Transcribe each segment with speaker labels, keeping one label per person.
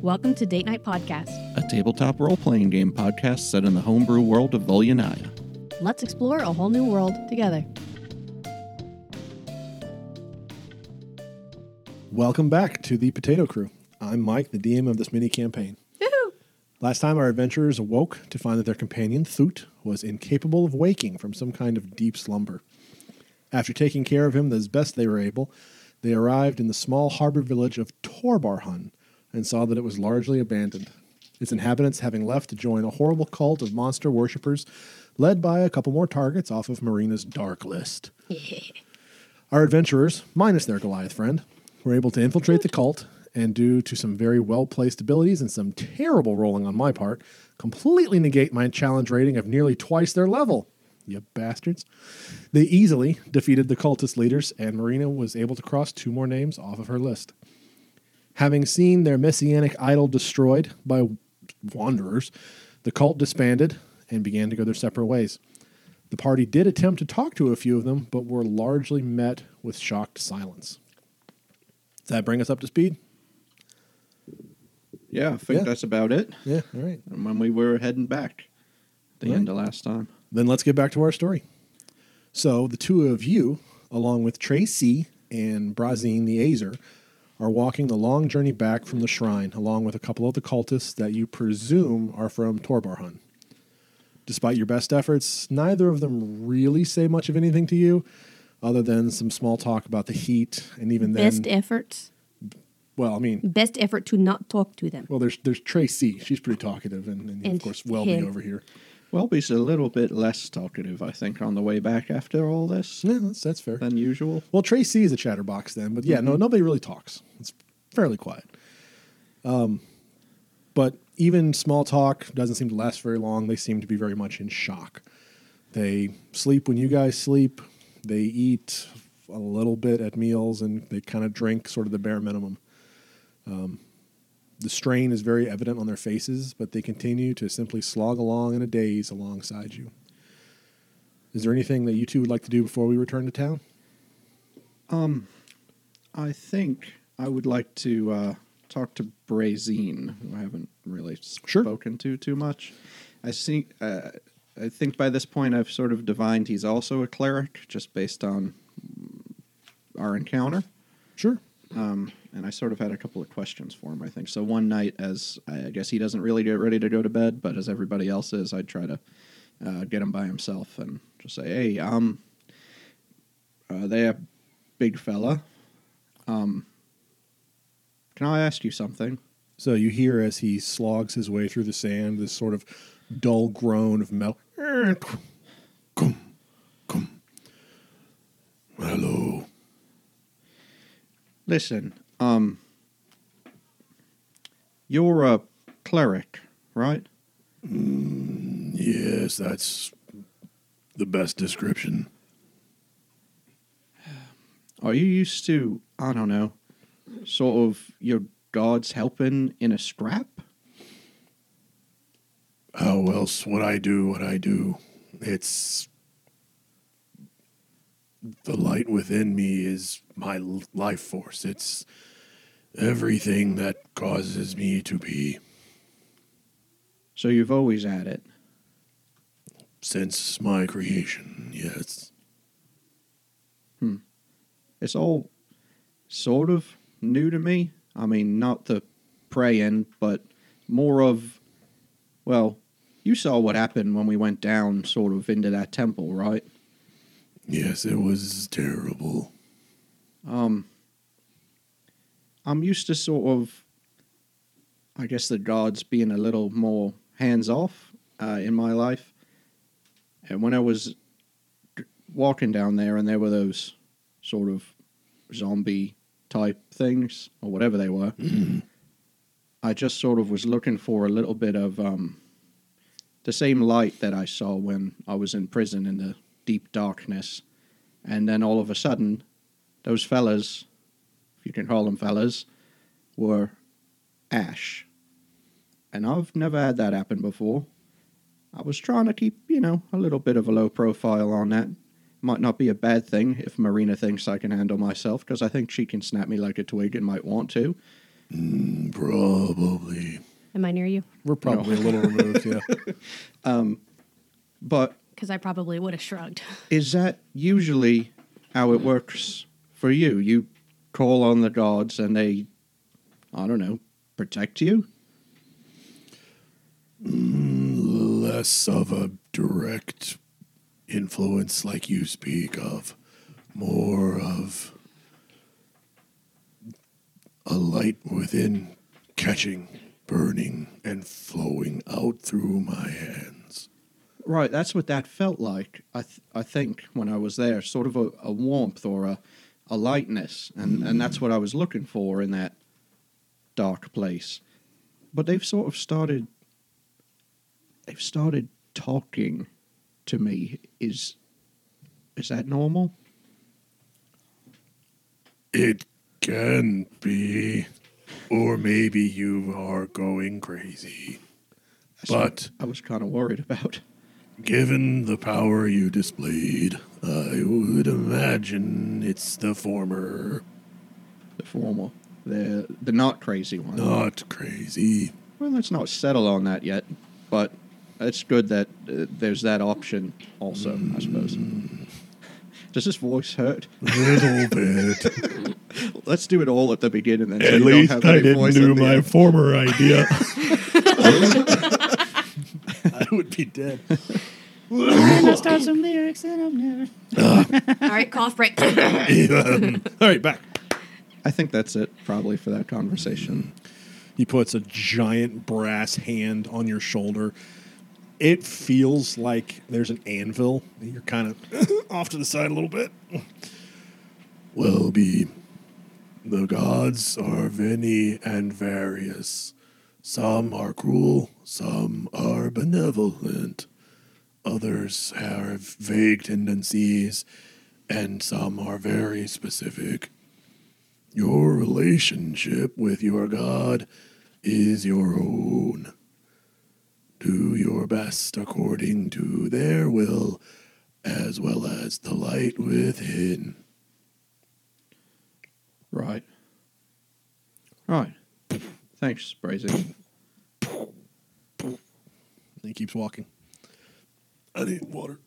Speaker 1: Welcome to Date Night Podcast.
Speaker 2: a tabletop role playing game podcast set in the homebrew world of Volyanaya.
Speaker 1: Let's explore a whole new world together.
Speaker 3: Welcome back to the Potato Crew. I'm Mike, the DM of this mini campaign. Last time, our adventurers awoke to find that their companion, Thut, was incapable of waking from some kind of deep slumber. After taking care of him as best they were able, they arrived in the small harbor village of Torbarhun and saw that it was largely abandoned, its inhabitants having left to join a horrible cult of monster worshippers led by a couple more targets off of Marina's dark list. Our adventurers, minus their Goliath friend, were able to infiltrate the cult and, due to some very well placed abilities and some terrible rolling on my part, completely negate my challenge rating of nearly twice their level. You bastards. They easily defeated the cultist leaders, and Marina was able to cross two more names off of her list. Having seen their messianic idol destroyed by wanderers, the cult disbanded and began to go their separate ways. The party did attempt to talk to a few of them, but were largely met with shocked silence. Does that bring us up to speed?
Speaker 2: Yeah, I think
Speaker 3: Yeah.
Speaker 2: that's about it.
Speaker 3: Yeah, all right.
Speaker 2: And when we were heading back the end of last time.
Speaker 3: Then let's get back to our story. So, the two of you, along with Tracy and Brazine the Azer, are walking the long journey back from the shrine, along with a couple of the cultists that you presume are from Torbarhan. Despite your best efforts, neither of them really say much of anything to you, other than some small talk about the heat, and even then,
Speaker 1: Best efforts.
Speaker 3: well, I mean,
Speaker 1: Best effort to not talk to them.
Speaker 3: Well, there's there's Tracy. She's pretty talkative, and, and,
Speaker 1: And
Speaker 3: of course Welby
Speaker 1: him.
Speaker 3: over here.
Speaker 2: Welby's a little bit less talkative, I think, on the way back after all this
Speaker 3: Yeah, that's that's fair.
Speaker 2: than usual.
Speaker 3: Well, Tracy is a chatterbox then, but yeah, no, nobody really talks. It's fairly quiet. Um, but even small talk doesn't seem to last very long. They seem to be very much in shock. They sleep when you guys sleep. They eat a little bit at meals, and they kind of drink sort of the bare minimum. Um, the strain is very evident on their faces, but they continue to simply slog along in a daze alongside you. Is there anything that you two would like to do before we return to town?
Speaker 2: I think I would like to uh, talk to Brazine, who I haven't really
Speaker 3: Sure.
Speaker 2: spoken to too much. I see. Uh, I think by this point I've sort of divined he's also a cleric, just based on mm, our encounter.
Speaker 3: Sure.
Speaker 2: Um, and I sort of had a couple of questions for him, I think. So one night, as I guess he doesn't really get ready to go to bed, but as everybody else is, I try to uh, get him by himself and just say, "Hey, um, uh, there, big fella, um, can I ask you something?"
Speaker 3: So you hear as he slogs his way through the sand this sort of dull groan of metal. Come, come. Hello.
Speaker 2: Listen, um, you're a cleric, right?
Speaker 3: Yes, that's the best description.
Speaker 2: Are you used to, I don't know, sort of your gods helping in a scrap?
Speaker 3: How else would I do what I do? It's. The light within me is my l- life force. It's everything that causes me to be
Speaker 2: So you've always had it.
Speaker 3: since my creation. Yes.
Speaker 2: It's all sort of new to me. I mean, not the praying, but more of, well, you saw what happened when we went down sort of into that temple, right?
Speaker 3: Yes, it was terrible.
Speaker 2: Um, I'm used to sort of, I guess, the gods being a little more hands off uh, in my life. And when I was g- walking down there, and there were those sort of zombie type things or whatever they were, I just sort of was looking for a little bit of um, the same light that I saw when I was in prison in the deep darkness. And then all of a sudden, those fellas, if you can call them fellas, were ash. And I've never had that happen before. I was trying to keep, you know, a little bit of a low profile on that. Might not be a bad thing if Marina thinks I can handle myself, because I think she can snap me like a twig and might want to.
Speaker 3: Probably.
Speaker 1: Am I near you?
Speaker 3: We're probably a little removed, yeah.
Speaker 2: But
Speaker 1: Because I probably would have shrugged.
Speaker 2: is that usually how it works for you? You call on the gods and they, I don't know, protect you?
Speaker 3: Mm, Less of a direct influence like you speak of, more of a light within catching, burning, and flowing out through my hands.
Speaker 2: Right, that's what that felt like, I, th- I think, when I was there. Sort of a, a warmth or a, a lightness. And, and that's what I was looking for in that dark place. But they've sort of started. They've started talking to me. Is is that normal?
Speaker 3: It can be, or maybe you are going crazy.
Speaker 2: That's
Speaker 3: But
Speaker 2: what I was kind of worried about.
Speaker 3: given the power you displayed, I would imagine it's the former,
Speaker 2: The former, the the not crazy one.
Speaker 3: not crazy.
Speaker 2: Well, let's not settle on that yet. But it's good that uh, there's that option also. I suppose. Does this voice hurt?
Speaker 3: Little bit.
Speaker 2: Let's do it all at the beginning. Then, so
Speaker 3: At
Speaker 2: you don't
Speaker 3: least
Speaker 2: have
Speaker 3: I
Speaker 2: any
Speaker 3: didn't
Speaker 2: voice at
Speaker 3: do
Speaker 2: the
Speaker 3: my
Speaker 2: end.
Speaker 3: former idea. I would be dead.
Speaker 1: All right, cough break.
Speaker 3: um, All right, back.
Speaker 2: I think that's it, probably for that conversation.
Speaker 3: He puts a giant brass hand on your shoulder. It feels like there's an anvil. You're kind of off to the side a little bit. Well, be the gods are many and various. Some are cruel, some are benevolent, others have vague tendencies, and some are very specific. Your relationship with your God is your own. Do your best according to their will, as well as the light within.
Speaker 2: Right. Right. Thanks, Brazy.
Speaker 3: And he keeps walking. I need water.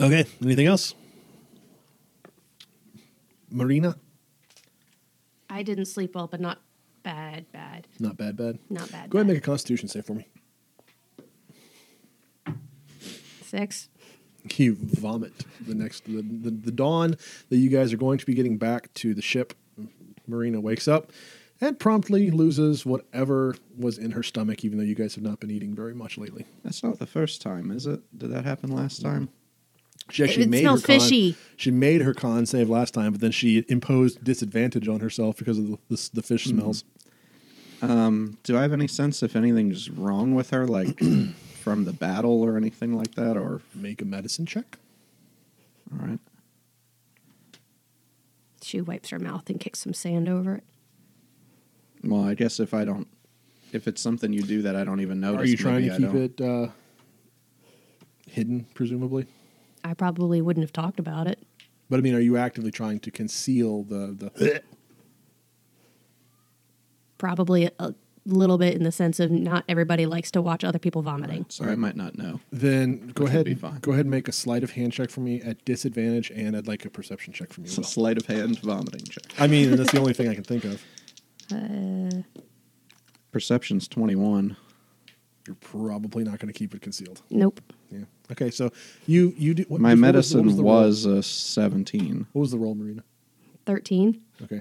Speaker 3: okay, anything else? Marina?
Speaker 1: I didn't sleep well, but not bad, bad.
Speaker 3: Not bad, bad.
Speaker 1: Not bad.
Speaker 3: Go ahead
Speaker 1: bad.
Speaker 3: and make a constitution save for me.
Speaker 1: Six.
Speaker 3: you vomit the next the, the, the dawn that you guys are going to be getting back to the ship marina wakes up and promptly loses whatever was in her stomach even though you guys have not been eating very much lately
Speaker 2: That's not the first time, is it? Did that happen last time?
Speaker 3: she actually
Speaker 1: It
Speaker 3: made
Speaker 1: smells
Speaker 3: her con,
Speaker 1: fishy.
Speaker 3: she made her con save last time but then she imposed disadvantage on herself because of the, the, the fish
Speaker 1: Hmm.
Speaker 3: smells
Speaker 2: Hmm, Do I have any sense if anything's wrong with her, like from the battle or anything like that? Or
Speaker 3: make a medicine check
Speaker 2: all right,
Speaker 1: She wipes her mouth and kicks some sand over it.
Speaker 2: well, I guess if I don't, if it's something you do that I don't even notice,
Speaker 3: are you trying
Speaker 2: maybe
Speaker 3: to
Speaker 2: I
Speaker 3: keep
Speaker 2: don't.
Speaker 3: it uh, hidden presumably
Speaker 1: I probably wouldn't have talked about it.
Speaker 3: but i mean are you actively trying to conceal the the
Speaker 1: Probably a little bit in the sense of not everybody likes to watch other people vomiting.
Speaker 2: So I might not know.
Speaker 3: Then go
Speaker 2: Which would
Speaker 3: ahead.
Speaker 2: be fine.
Speaker 3: Go ahead and make a sleight of hand check for me at disadvantage, and I'd like a perception check from you.
Speaker 2: It's
Speaker 3: as
Speaker 2: a
Speaker 3: well.
Speaker 2: sleight of hand vomiting check.
Speaker 3: I mean, that's the only thing I can think of.
Speaker 2: Perception's twenty one.
Speaker 3: You're probably not going to keep it concealed.
Speaker 1: Nope.
Speaker 3: Yeah. Okay. So you you do. What,
Speaker 2: My
Speaker 3: what
Speaker 2: medicine
Speaker 3: the roll?
Speaker 2: was, a seventeen.
Speaker 3: What was the roll, Marina?
Speaker 1: 13.
Speaker 3: Okay.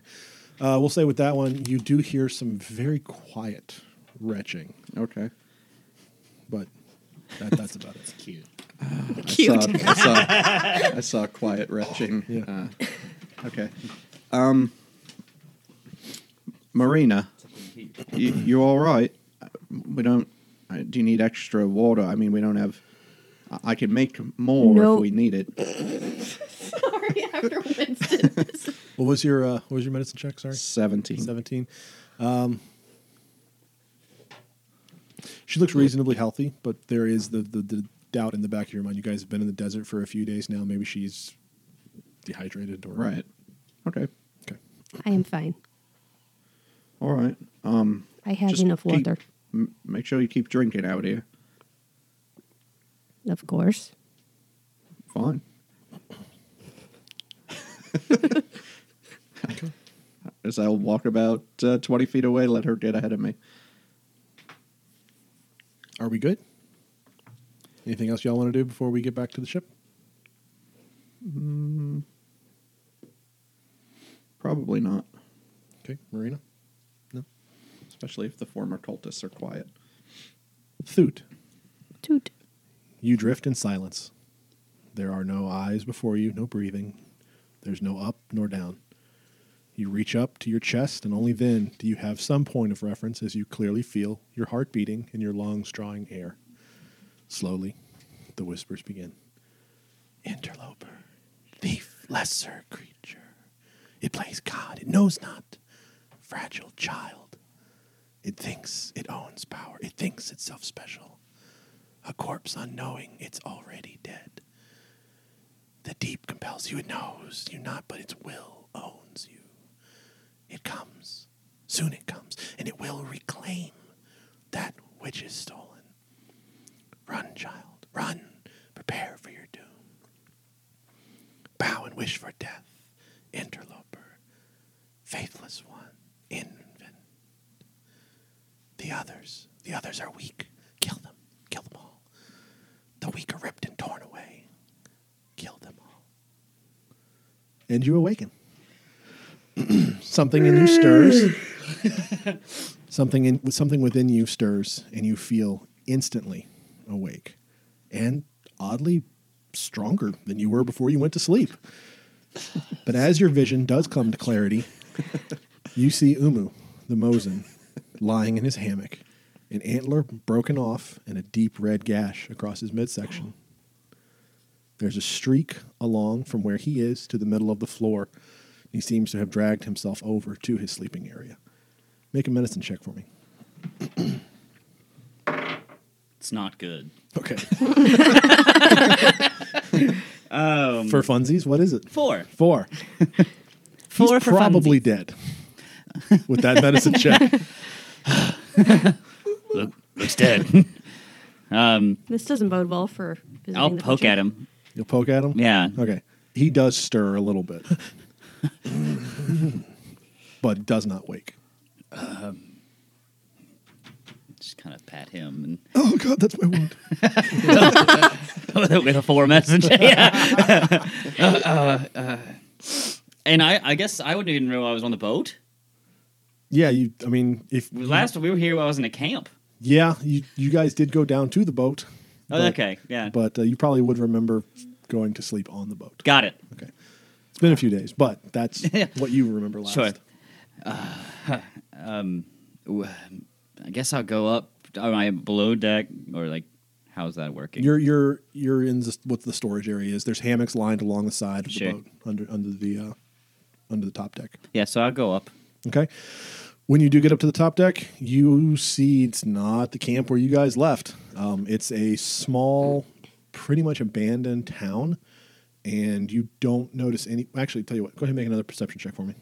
Speaker 3: Uh, we'll say with that one, you do hear some very quiet retching,
Speaker 2: Okay,
Speaker 3: but that, that's about it. Cute.
Speaker 1: Cute.
Speaker 2: I saw, I saw, I saw quiet retching.
Speaker 3: Yeah.
Speaker 2: Uh, okay, um, Marina. you, you all right? We don't. uh, Do you need extra water? I mean, we don't have. I- I can make more
Speaker 1: No.
Speaker 2: if we need it.
Speaker 1: Sorry, after Winston.
Speaker 3: What was your uh, What was your medicine check? Sorry.
Speaker 2: Seventeen.
Speaker 3: 17. Um, she looks reasonably healthy, but there is the, the, the doubt in the back of your mind. You guys have been in the desert for a few days now. Maybe she's dehydrated or.
Speaker 2: Right. Okay.
Speaker 3: Okay.
Speaker 1: I am fine.
Speaker 2: All right. Um,
Speaker 1: I have
Speaker 2: Just
Speaker 1: enough
Speaker 2: keep-
Speaker 1: water,
Speaker 2: m- make sure you keep drinking out here.
Speaker 1: of course.
Speaker 2: Fine. As I'll walk about uh, 20 feet away, let her get ahead of me.
Speaker 3: Are we good? Anything else y'all want to do before we get back to the ship?
Speaker 2: Probably not,
Speaker 3: Okay, Marina.
Speaker 2: especially if the former cultists are quiet.
Speaker 3: Thoot,
Speaker 1: Toot.
Speaker 3: you drift in silence. There are no eyes before you, no breathing. There's no up nor down. You reach up to your chest, and only then do you have some point of reference as you clearly feel your heart beating and your lungs drawing air. Slowly, the whispers begin Interloper, thief, lesser creature. It plays God, it knows not. Fragile child. It thinks it owns power, it thinks itself special a corpse unknowing it's already dead. The deep compels you, it knows you not, but its will owns you. It comes, soon it comes, and it will reclaim that which is stolen. Run, child, run, prepare for your doom. Bow and wish for death, interloper, faithless one, infant. The others, the others are weak. Kill them. Kill them all. The weak are ripped and torn away. Kill them all. And you awaken. something in you stirs. something in something within you stirs, and you feel instantly awake, and oddly stronger than you were before you went to sleep. But as your vision does come to clarity, you see Umu, the Mosin, lying in his hammock, an antler broken off and a deep red gash across his midsection. There's a streak along from where he is to the middle of the floor. He seems to have dragged himself over to his sleeping area. Make a medicine check for me.
Speaker 4: It's not good.
Speaker 3: Okay.
Speaker 4: Um,
Speaker 3: for funsies, what is it?
Speaker 4: four.
Speaker 3: Four.
Speaker 4: Four
Speaker 3: He's probably dead with that medicine check.
Speaker 4: looks dead. um,
Speaker 1: This doesn't bode well for. visiting
Speaker 4: I'll
Speaker 1: the
Speaker 4: poke
Speaker 1: future.
Speaker 4: at him.
Speaker 3: You'll poke at him?
Speaker 4: Yeah.
Speaker 3: Okay. He does stir a little bit, but does not wake.
Speaker 4: Just kind of pat him
Speaker 3: Oh, God, that's my wound.
Speaker 4: and with a four message. yeah. Uh, uh, uh, and I, I guess I wouldn't even know I was on the boat.
Speaker 3: yeah, you, I mean, if.
Speaker 4: Last we were here, I was in a camp.
Speaker 3: Yeah, you, you guys did go down to the boat.
Speaker 4: Oh,
Speaker 3: but-
Speaker 4: okay, yeah,
Speaker 3: But uh, you probably would remember going to sleep on the boat.
Speaker 4: got it.
Speaker 3: Okay. It's been a few days, but that's
Speaker 4: Yeah.
Speaker 3: what you remember last.
Speaker 4: Sure. Ooh, um, I guess I'll go up. Am I below deck or like how's that working?
Speaker 3: You're you're you're in this, what the storage area is. There's hammocks lined along the side of the
Speaker 4: Sure.
Speaker 3: boat under under the uh, under the top deck.
Speaker 4: yeah, so I'll go up.
Speaker 3: Okay. When you do get up to the top deck, you see it's not the camp where you guys left. Um, it's a small, pretty much abandoned town, and you don't notice any. Actually, tell you what, go ahead and make another perception check for me.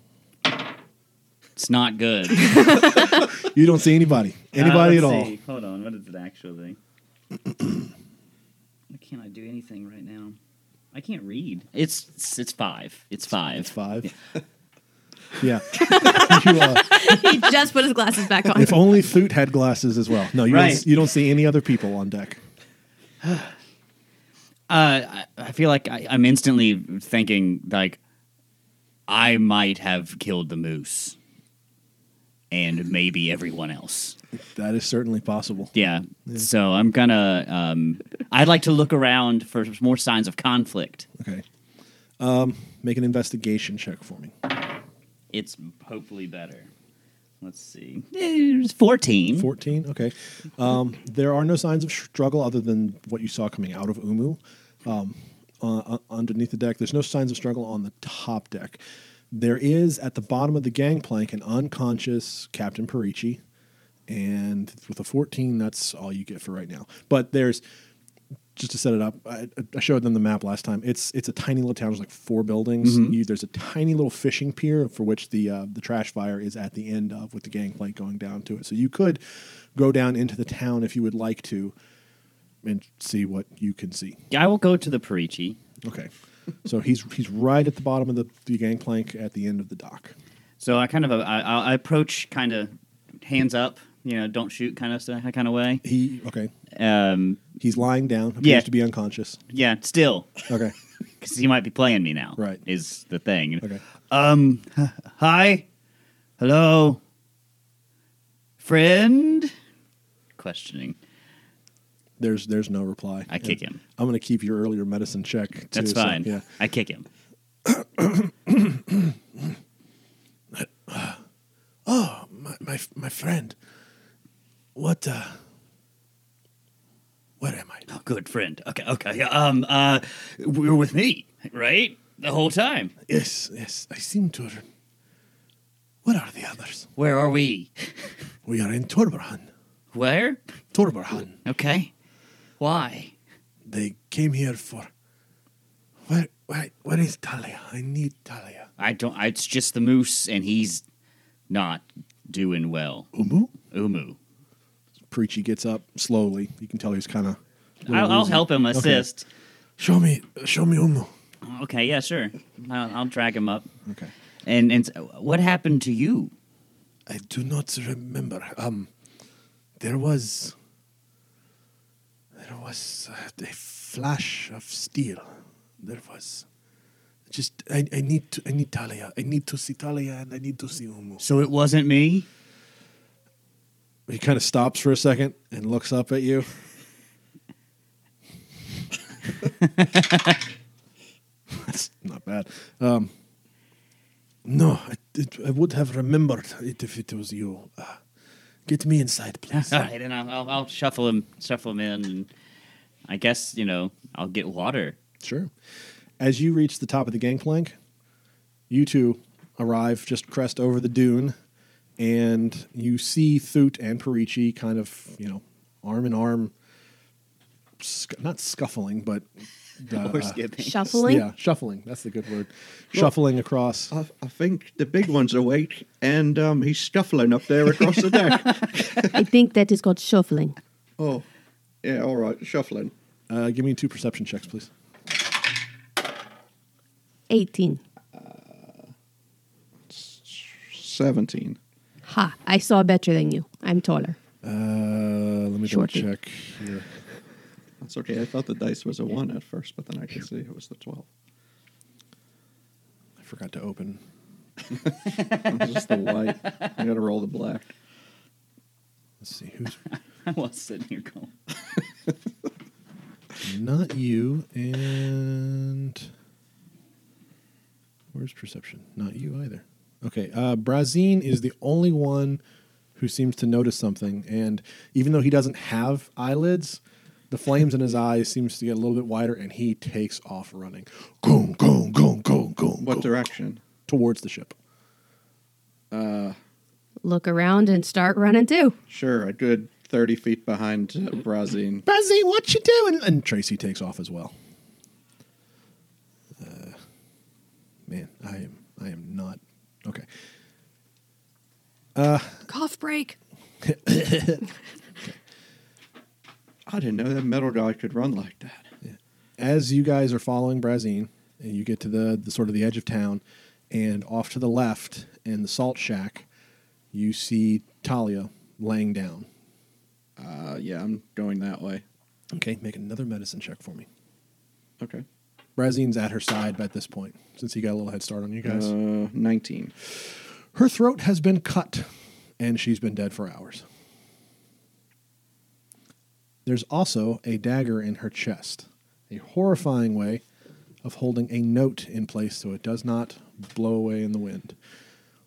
Speaker 4: It's not good.
Speaker 3: You don't see anybody, anybody at
Speaker 4: Uh,
Speaker 3: all.
Speaker 4: let's see. Hold on. What is it actually? Why can't I do anything right now? I can't read. It's it's, it's five. It's five.
Speaker 3: It's five. Yeah. You, uh,
Speaker 1: he just put his glasses back on.
Speaker 3: if only Thoot had glasses as well. No, you,
Speaker 4: Right.
Speaker 3: don't, you don't see any other people on deck.
Speaker 4: Uh, I, I feel like I, I'm instantly thinking like I might have killed the moose, and maybe everyone else.
Speaker 3: That is certainly possible.
Speaker 4: Yeah. So I'm gonna. Um, I'd like to look around for more signs of conflict.
Speaker 3: Okay. Um, make an investigation check for me.
Speaker 4: It's hopefully better. Let's see. Eh, It's fourteen.
Speaker 3: 14 okay um, there are no signs of struggle other than what you saw coming out of umu um, uh, uh, underneath the deck there's no signs of struggle on the top deck there is at the bottom of the gangplank an unconscious captain parichi and with a 14 that's all you get for right now but there's just to set it up, I, I showed them the map last time. It's it's a tiny little town. There's like four buildings.
Speaker 4: Mm-hmm.
Speaker 3: You, there's a tiny little fishing pier for which the uh, the trash fire is at the end of, with the gangplank going down to it. So you could go down into the town if you would like to, and see what you can see.
Speaker 4: I will go to the Perici.
Speaker 3: Okay, so he's he's right at the bottom of the, the gangplank at the end of the dock.
Speaker 4: So I kind of uh, I, I approach kind of hands up, you know, don't shoot kind of stuff, that kind of way.
Speaker 3: He okay.
Speaker 4: Um,
Speaker 3: He's lying down. Appears
Speaker 4: Yeah.
Speaker 3: to be unconscious.
Speaker 4: yeah, still
Speaker 3: Okay,
Speaker 4: because he might be playing me now.
Speaker 3: Right.
Speaker 4: is the thing.
Speaker 3: okay.
Speaker 4: Um, h- hi, hello, friend. Questioning.
Speaker 3: There's there's no reply.
Speaker 4: I kick
Speaker 3: And
Speaker 4: him.
Speaker 3: I'm going to keep your earlier medicine check. Too,
Speaker 4: That's
Speaker 3: so,
Speaker 4: fine.
Speaker 3: yeah.
Speaker 4: I kick him.
Speaker 3: my, my, my friend, what, uh, where am I?
Speaker 4: Oh, good friend. Okay, okay. Um, uh, we were with me, right? The whole time.
Speaker 3: Yes, yes, I seem to. have- Where are the others?
Speaker 4: Where are we?
Speaker 3: We are in Torbarhan.
Speaker 4: Where?
Speaker 3: Torbarhan.
Speaker 4: Okay. Why?
Speaker 3: They came here for. Where, where, where is Talia? I need Talia.
Speaker 4: I don't. I, it's just the moose, and he's not doing well.
Speaker 3: Umu?
Speaker 4: Umu.
Speaker 3: Preachy gets up slowly. You can tell he's kind of.
Speaker 4: I'll, I'll help him assist.
Speaker 3: Show me, show me Umu.
Speaker 4: Okay, yeah, sure. I'll, I'll drag him up.
Speaker 3: Okay.
Speaker 4: And and s- what happened to you?
Speaker 3: I do not remember. Um, there was there was uh, a flash of steel. There was just I, I need to I need Talia. I need to see Talia and I need to see Umu.
Speaker 4: So it wasn't me.
Speaker 3: He kind of stops for a second and looks up at you. That's not bad. Um, no, I, it, I would have remembered it if it was you. Uh, get me inside, please.
Speaker 4: All right, and I'll, I'll, I'll shuffle him, shuffle him in, and I guess you know I'll get water.
Speaker 3: Sure. As you reach the top of the gangplank, you two arrive just crest over the dune, and you see Thut and Perici kind of, you know, arm in arm, sc- not scuffling, but. uh,
Speaker 4: or
Speaker 3: uh,
Speaker 4: skipping.
Speaker 1: Shuffling? uh,
Speaker 3: Yeah, shuffling. That's the good word. Shuffling across.
Speaker 2: I, I think the big one's awake, and um, he's scuffling up there across the deck.
Speaker 1: I think that is called shuffling.
Speaker 2: Oh, yeah, all right, shuffling.
Speaker 3: Uh, give me two perception checks, please.
Speaker 1: 18.
Speaker 2: 17.
Speaker 1: Ha, I saw better than you. I'm taller.
Speaker 3: Uh, let me double
Speaker 1: Shorty.
Speaker 3: check here.
Speaker 2: That's okay. I thought the dice was a 1 at first, but then I could see it was the 12.
Speaker 3: I forgot to open.
Speaker 2: It's just the white. I got to roll the black.
Speaker 3: Let's see who's
Speaker 4: I was sitting here going,
Speaker 3: Not you and where's perception? Not you either. Okay, uh, Brazine is the only one who seems to notice something, and even though he doesn't have eyelids, the flames in his eyes seems to get a little bit wider, and he takes off running. Goom, goom, goom, goom, goom.
Speaker 2: What
Speaker 3: goom,
Speaker 2: direction?
Speaker 3: towards the ship?
Speaker 1: Look around and start running too.
Speaker 2: Sure, a good 30 feet behind uh, Brazine.
Speaker 3: Brazine, what you doing? And Tracy takes off as well. Uh, man, I am I am not okay.
Speaker 1: Cough break.
Speaker 2: I didn't know that metal guy could run like that.
Speaker 3: as you guys are following Brazine and you get to the, the sort of the edge of town and off to the left in the salt shack, you see Talia laying down.
Speaker 2: Uh, yeah, I'm going that way.
Speaker 3: Okay, make another medicine check for me.
Speaker 2: Okay.
Speaker 3: Brazine's at her side by this point since he got a little head start on you guys.
Speaker 2: Uh, 19.
Speaker 3: her throat has been cut and she's been dead for hours. There's also a dagger in her chest, a horrifying way of holding a note in place so it does not blow away in the wind.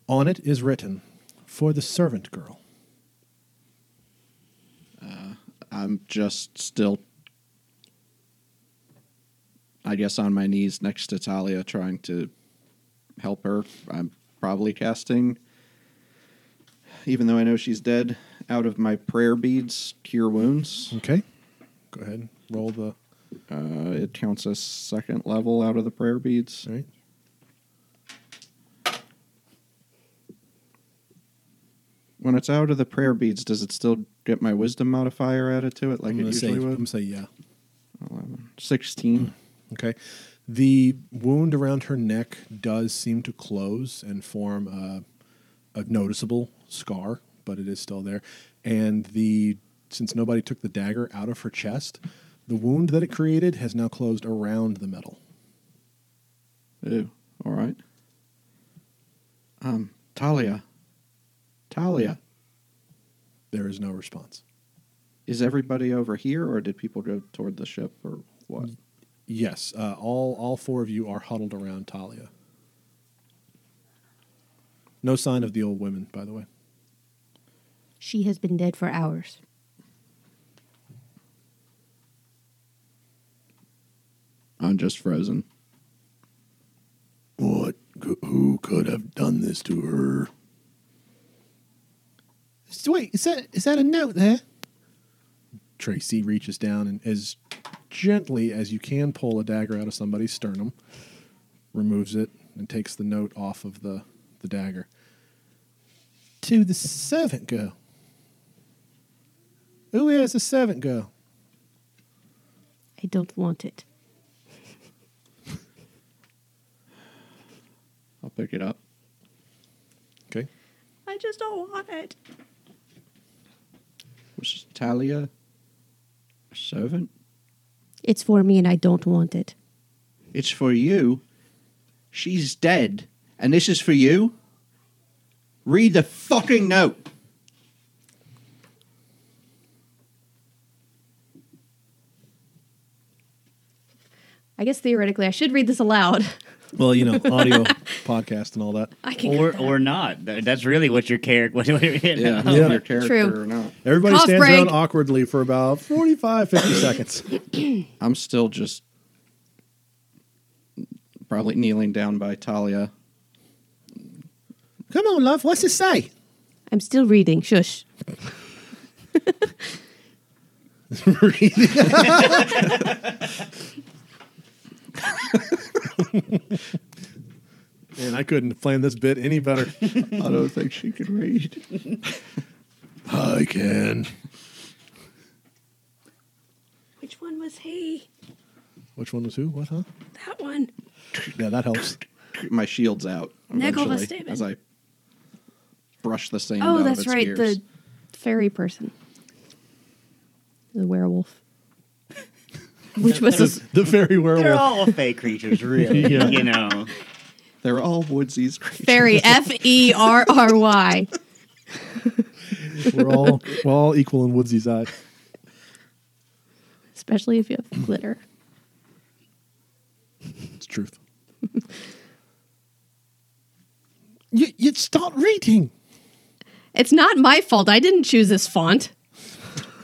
Speaker 3: On it is written, For the servant girl.
Speaker 2: I'm just still, I guess, on my knees next to Talia, trying to help her. I'm probably casting, even though I know she's
Speaker 3: Hmm.
Speaker 2: dead, out of my prayer beads, cure wounds.
Speaker 3: Okay? Go ahead and roll the
Speaker 2: Uh, it counts as second level out of the prayer beads.
Speaker 3: All right.
Speaker 2: When it's out of the prayer beads, does it still get my wisdom modifier added to it like
Speaker 3: I'm
Speaker 2: it
Speaker 3: gonna say
Speaker 2: usually
Speaker 3: I'm
Speaker 2: would?
Speaker 3: gonna say yeah.
Speaker 2: 16.
Speaker 3: Okay. The wound around her neck does seem to close and form a, a noticeable scar, but it is still there. And the since nobody took the dagger out of her chest, the wound that it created has now closed around the metal.
Speaker 2: Ew. All right. Um, Talia. Talia.
Speaker 3: There is no response.
Speaker 2: Is everybody over here or did people go toward the ship or what?
Speaker 3: Yes, uh, all all four of you are huddled around Talia. No sign of the old women, by the way.
Speaker 1: She has been dead for hours.
Speaker 2: I'm just frozen.
Speaker 3: What? Who could have done this to her? Wait, is that is that a note there? Tracy reaches down and, as gently as you can, pull a dagger out of somebody's sternum, removes it, and takes the note off of the the dagger. To the servant girl. Who is the servant girl?
Speaker 1: I don't want it.
Speaker 2: I'll pick it up.
Speaker 3: Okay.
Speaker 1: I just don't want it.
Speaker 2: Was Talia a servant?
Speaker 1: It's for me and I don't want it.
Speaker 2: It's for you. She's dead. And this is for you? Read the fucking note.
Speaker 1: I guess theoretically I should read this aloud.
Speaker 3: Well, you know, audio podcast and all that.
Speaker 1: I can cut
Speaker 4: Or
Speaker 1: that.
Speaker 4: or not. Th- That's really what your character. What, what,
Speaker 2: Yeah,
Speaker 3: Yeah.
Speaker 2: your character
Speaker 1: True.
Speaker 2: or not.
Speaker 3: Everybody
Speaker 1: Cough
Speaker 3: stands
Speaker 1: break.
Speaker 3: around awkwardly for about 45, 50 seconds.
Speaker 2: I'm still just probably kneeling down by Talia.
Speaker 3: Come on, love. What's it say?
Speaker 1: I'm still reading. Shush.
Speaker 3: Man, I couldn't have planned this bit any better.
Speaker 2: I don't think she can read.
Speaker 3: I can.
Speaker 1: Which one was he?
Speaker 3: Which one was who? What, huh?
Speaker 1: That one.
Speaker 3: Yeah, that helps.
Speaker 2: My shield's out.
Speaker 1: Negolas
Speaker 2: eventually
Speaker 1: Damon.
Speaker 2: As I brush the sand out
Speaker 1: Oh,
Speaker 2: of
Speaker 1: that's
Speaker 2: its
Speaker 1: right.
Speaker 2: ears.
Speaker 1: The fairy person. The werewolf. Which was
Speaker 3: the, the very
Speaker 4: They're
Speaker 3: werewolf.
Speaker 4: all fake creatures, really.
Speaker 3: Yeah.
Speaker 4: You know.
Speaker 2: They're all woodsies creatures.
Speaker 1: fairy. F E R R Y.
Speaker 3: We're all we're all equal in Woodsy's eye.
Speaker 1: Especially if you have glitter.
Speaker 3: It's truth. you you'd start reading.
Speaker 1: It's not my fault. I didn't choose this font.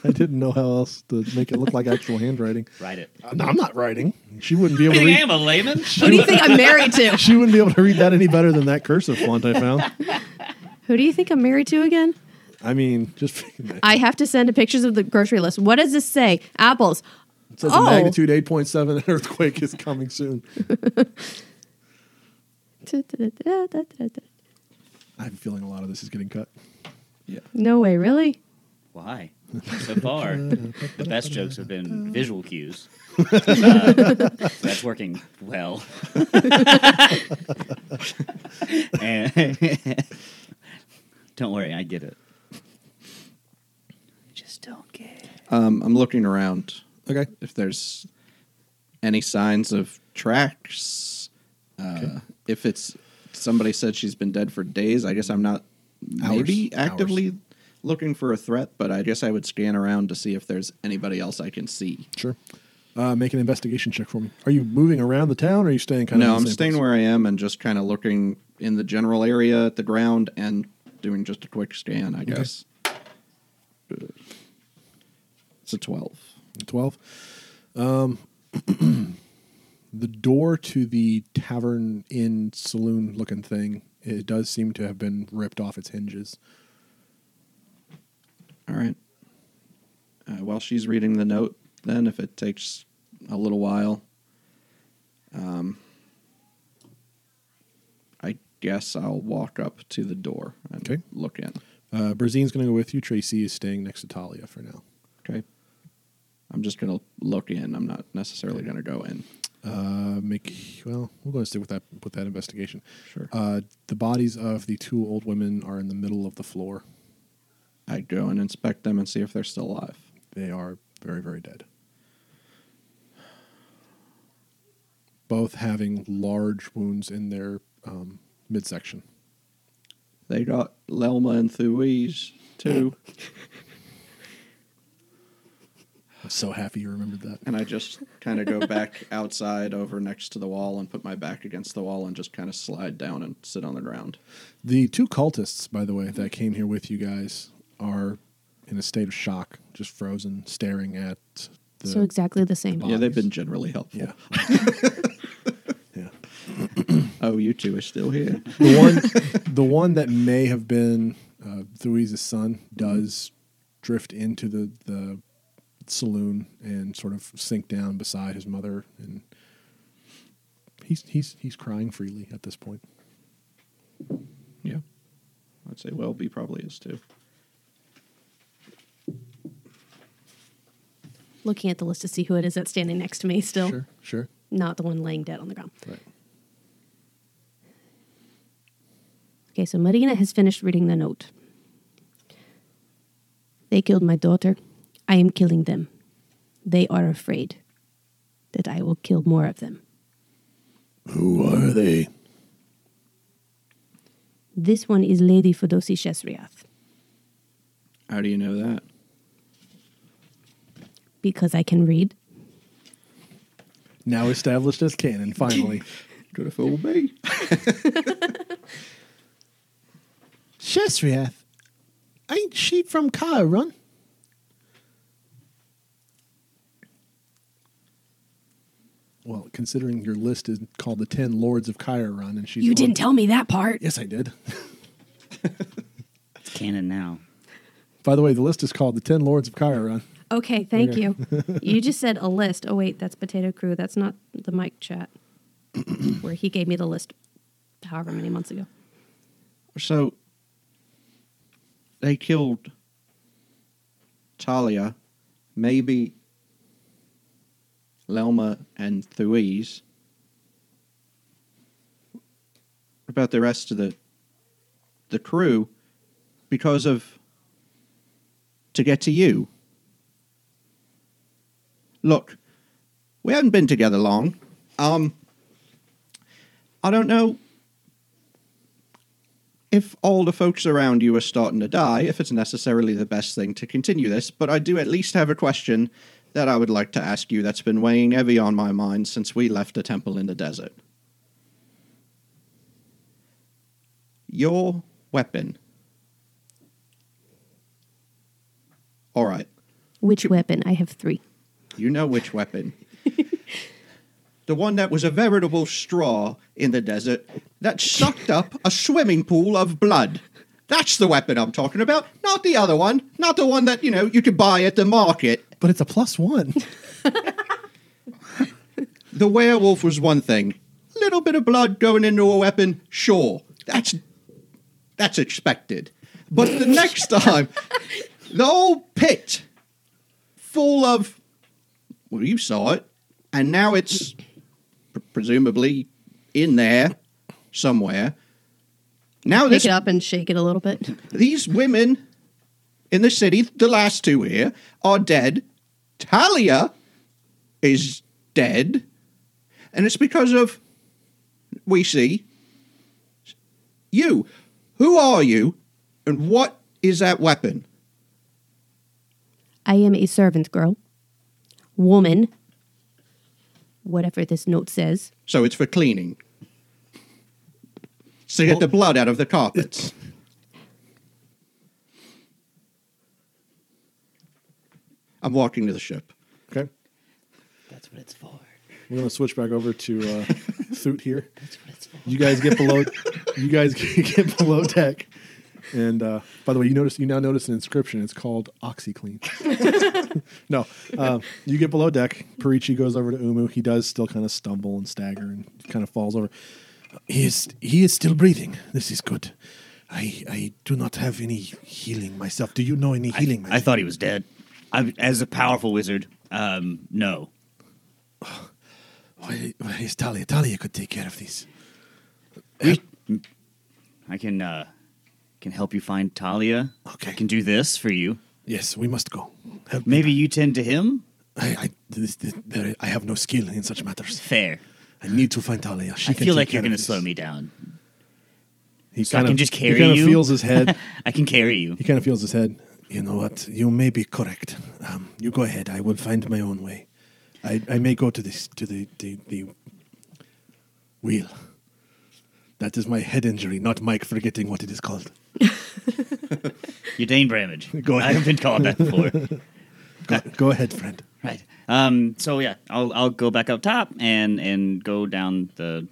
Speaker 3: I didn't know how else to make it look like actual handwriting.
Speaker 4: Write it.
Speaker 3: No, I'm not writing. She wouldn't be able
Speaker 4: You
Speaker 3: to
Speaker 4: think I
Speaker 3: read.
Speaker 4: am a layman?
Speaker 1: Who do you think I'm married to?
Speaker 3: She wouldn't be able to read that any better than that cursive font I found.
Speaker 1: Who do you think I'm married to again?
Speaker 3: I mean, just it
Speaker 1: I have to send pictures of the grocery list. What does this say? Apples.
Speaker 3: says
Speaker 1: Oh.
Speaker 3: a magnitude 8.7 earthquake is coming soon. I have a feeling a lot of this is getting cut.
Speaker 2: Yeah.
Speaker 1: No way, really?
Speaker 4: Why? So far, the best jokes have been visual cues. Uh, that's working well. And- don't worry, I get it. Just don't get it.
Speaker 2: Um, I'm looking around
Speaker 3: Okay.
Speaker 2: if there's any signs of tracks. Uh, If it's somebody said she's been dead for days, I guess I'm not maybe
Speaker 3: Hours.
Speaker 2: actively looking for a threat, but I guess I would scan around to see if there's anybody else I can see.
Speaker 3: Sure. Uh, make an investigation check for me. Are you moving around the town or are you staying kind of
Speaker 2: no,
Speaker 3: in
Speaker 2: I'm
Speaker 3: the same
Speaker 2: staying
Speaker 3: place?
Speaker 2: where I am and just kind of looking in the general area at the ground and doing just a quick scan, I guess. Uh, It's a 12.
Speaker 3: 12. Um, the door to the tavern inn saloon looking thing, it does seem to have been ripped off its hinges.
Speaker 2: All right. Uh, while she's reading the note, then if it takes a little while. Um, I guess I'll walk up to the door and
Speaker 3: Okay.
Speaker 2: look in.
Speaker 3: Uh, Berzine's going to go with you. Tracy is staying next to Talia for now.
Speaker 2: Okay. I'm just gonna look in. I'm not necessarily gonna go in.
Speaker 3: Uh, make well, we're going to stick with that with that investigation.
Speaker 2: Sure.
Speaker 3: Uh, the bodies of the two old women are in the middle of the floor.
Speaker 2: I go and inspect them and see if they're still alive.
Speaker 3: They are very very dead. Both having large wounds in their um, midsection.
Speaker 2: They got Lelma and Thuise too,
Speaker 3: I'm so happy you remembered that.
Speaker 2: and I just kind of go back outside over next to the wall and put my back against the wall and just kind of slide down and sit on the ground.
Speaker 3: The two cultists, by the way, that came here with you guys are in a state of shock, just frozen, staring at the.
Speaker 1: so exactly the same.
Speaker 2: Yeah, they've
Speaker 3: Bodies.
Speaker 2: been generally helpful.
Speaker 3: yeah. yeah.
Speaker 2: Oh, you two are still here.
Speaker 3: The one, the one that may have been uh, Thui's son does drift into the, the saloon and sort of sink down beside his mother, and he's he's he's crying freely at this point.
Speaker 2: yeah, I'd say Welby probably is too.
Speaker 1: Looking at the list to see who it is that's standing next to me still.
Speaker 3: Sure, sure.
Speaker 1: Not the one laying dead on the ground.
Speaker 3: Right.
Speaker 1: Okay, so Marina has finished reading the note. They killed my daughter. I am killing them. They are afraid that I will kill more of them.
Speaker 3: Who are they?
Speaker 1: This one is Lady Fedosi Shesriath
Speaker 2: How do you know that?
Speaker 1: because I can read.
Speaker 3: Now established as canon, finally.
Speaker 2: Could have fooled me.
Speaker 3: Shesriath, ain't she from Chiron? Well, considering your list is called the Ten Lords of Chiron, and she's
Speaker 1: You
Speaker 3: one-
Speaker 1: didn't tell me that part.
Speaker 3: Yes, I did.
Speaker 4: It's canon now.
Speaker 3: By the way, the list is called the Ten Lords of Chiron.
Speaker 1: Okay, thank you. you just said a list. Oh wait, that's Potato Crew. That's not the mic chat where he gave me the list however many months ago.
Speaker 2: So they killed Talia, maybe Lelma and Thuise. What About the rest of the the crew because of to get to you. Look, we haven't been together long. Um I don't know if all the folks around you are starting to die, if it's necessarily the best thing to continue this, but I do at least have a question that I would like to ask you that's been weighing heavy on my mind since we left the temple in the desert. Your weapon. All right.
Speaker 1: Which weapon? I have three.
Speaker 2: You know which weapon. the one that was a veritable straw in the desert that sucked up a swimming pool of blood. That's the weapon I'm talking about, not the other one, not the one that, you know, you could buy at the market.
Speaker 3: But it's a plus one.
Speaker 2: The werewolf was one thing. Little bit of blood going into a weapon, sure. That's that's expected. But the next time, the whole pit full of well, you saw it, and now it's pr- presumably in there somewhere.
Speaker 4: Oh,
Speaker 2: Now
Speaker 1: Pick
Speaker 2: this
Speaker 1: it up and shake it a little bit.
Speaker 2: these women in the city, the last two here, are dead. Talia is dead. And it's because of, we see, you. Who are you? And what is that weapon?
Speaker 1: I am a servant girl, woman, whatever this note says.
Speaker 2: So it's for cleaning. So get the blood out of the carpets. I'm walking to the ship.
Speaker 3: okay,
Speaker 4: That's what it's for.
Speaker 3: we're gonna switch back over to uh, Thoot here.
Speaker 4: That's what it's for.
Speaker 3: You guys get below. you guys get below deck. And uh, by the way, you notice you now notice an inscription. It's called OxyClean. no, uh, you get below deck. Parichi goes over to Umu. He does still kind of stumble and stagger and kind of falls over. He is he is still breathing. This is good. I I do not have any healing myself. Do you know any healing?
Speaker 4: I thought he was dead. I, as a powerful wizard, um, no.
Speaker 3: Where where is Talia? Talia could take care of this.
Speaker 4: I can uh, can help you find Talia.
Speaker 3: Okay.
Speaker 4: I can do this for you.
Speaker 3: Yes, we must go. Help me.
Speaker 4: Maybe you tend to him.
Speaker 3: I I, this, this, there, I have no skill in such matters.
Speaker 4: Fair.
Speaker 3: I need to find Talia. She
Speaker 4: I
Speaker 3: can
Speaker 4: feel
Speaker 3: take
Speaker 4: like
Speaker 3: care
Speaker 4: you're
Speaker 3: of
Speaker 4: going to
Speaker 3: this.
Speaker 4: slow me down.
Speaker 3: He
Speaker 4: So I can just carry
Speaker 3: He kind
Speaker 4: you?
Speaker 3: of feels his head.
Speaker 4: I can carry you.
Speaker 3: he kind of feels his head. You know what? You may be correct. Um, you go ahead. I will find my own way. I, I may go to this to the, the the wheel. That is my head injury, not Mike forgetting what it is called.
Speaker 4: You're Dane Bramage.
Speaker 3: Go ahead.
Speaker 4: I've been called that before.
Speaker 3: Go, go ahead, friend.
Speaker 4: right. Um, so yeah, I'll I'll go back up top and and go down the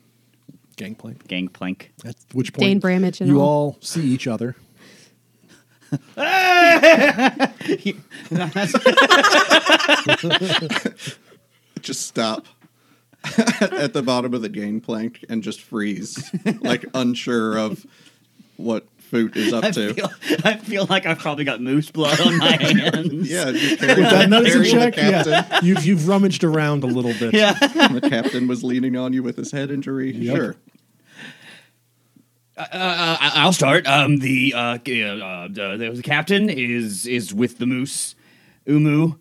Speaker 3: Gangplank.
Speaker 4: gangplank.
Speaker 3: At which
Speaker 1: Dane
Speaker 3: point,
Speaker 1: Bramage and
Speaker 3: you
Speaker 1: all.
Speaker 3: all see each other.
Speaker 2: Just stop at the bottom of the gangplank and just freeze, like unsure of what Foot is up
Speaker 4: I
Speaker 2: to.
Speaker 4: feel, I feel like I've probably got moose blood on my hands.
Speaker 2: Yeah, you carry,
Speaker 3: That medicine
Speaker 2: carry
Speaker 3: check.
Speaker 2: the captain.
Speaker 3: Yeah, you've you've rummaged around a little bit.
Speaker 4: Yeah.
Speaker 2: the captain was leaning on you with his head injury.
Speaker 3: Yep.
Speaker 2: Sure.
Speaker 4: Uh, I- I'll start. Um, the uh, g- uh, uh, the, the captain is is with the moose, Umu.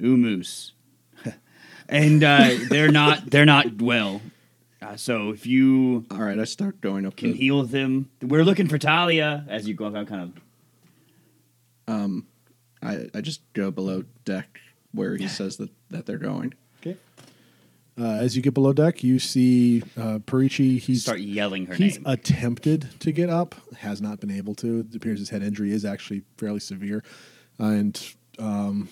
Speaker 4: Umus, and uh, they're not they're not well. Uh, so if you
Speaker 2: All right, I start going up.
Speaker 4: can
Speaker 2: the-
Speaker 4: heal them, we're looking for Talia. As you go, I'm kind of
Speaker 2: I, I just go below deck where he says that, that they're going.
Speaker 3: Okay. Uh, as you get below deck, you see uh, Perichi. He's
Speaker 4: start yelling her
Speaker 3: he's
Speaker 4: name.
Speaker 3: attempted to get up, has not been able to. It appears his head injury is actually fairly severe, and um,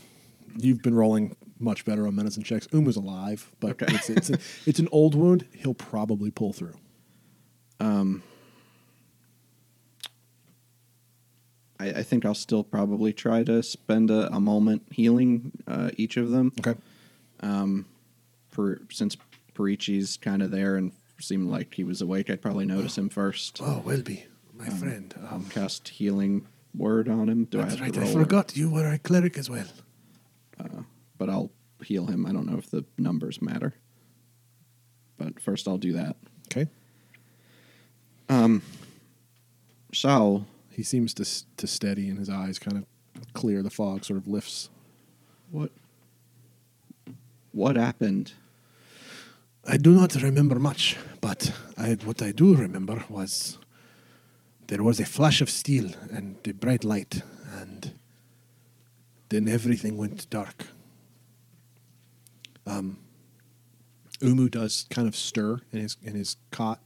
Speaker 3: you've been rolling much better on medicine checks. Um was alive, but
Speaker 2: Okay.
Speaker 3: it's it's, an, it's an old wound. He'll probably pull through.
Speaker 2: I, I think I'll still probably try to spend a, a moment healing uh, each of them.
Speaker 3: Okay.
Speaker 2: Per, since Parichi's kind of there and seemed like he was awake, I'd probably notice him first.
Speaker 3: Oh, Welby, my friend. Um,
Speaker 2: I'll cast healing word on him. Do I have to roll? or-
Speaker 3: you were a cleric as well.
Speaker 2: But I'll heal him. I don't know if the numbers matter. But first, I'll do that.
Speaker 3: Okay.
Speaker 2: Shao
Speaker 3: He seems to s- to steady, and his eyes kind of clear. The fog sort of lifts.
Speaker 2: What? What happened?
Speaker 3: I do not remember much, but I, what I do remember was there was a flash of steel and a bright light, and then everything went dark. Um, Umu does kind of stir in his in his cot,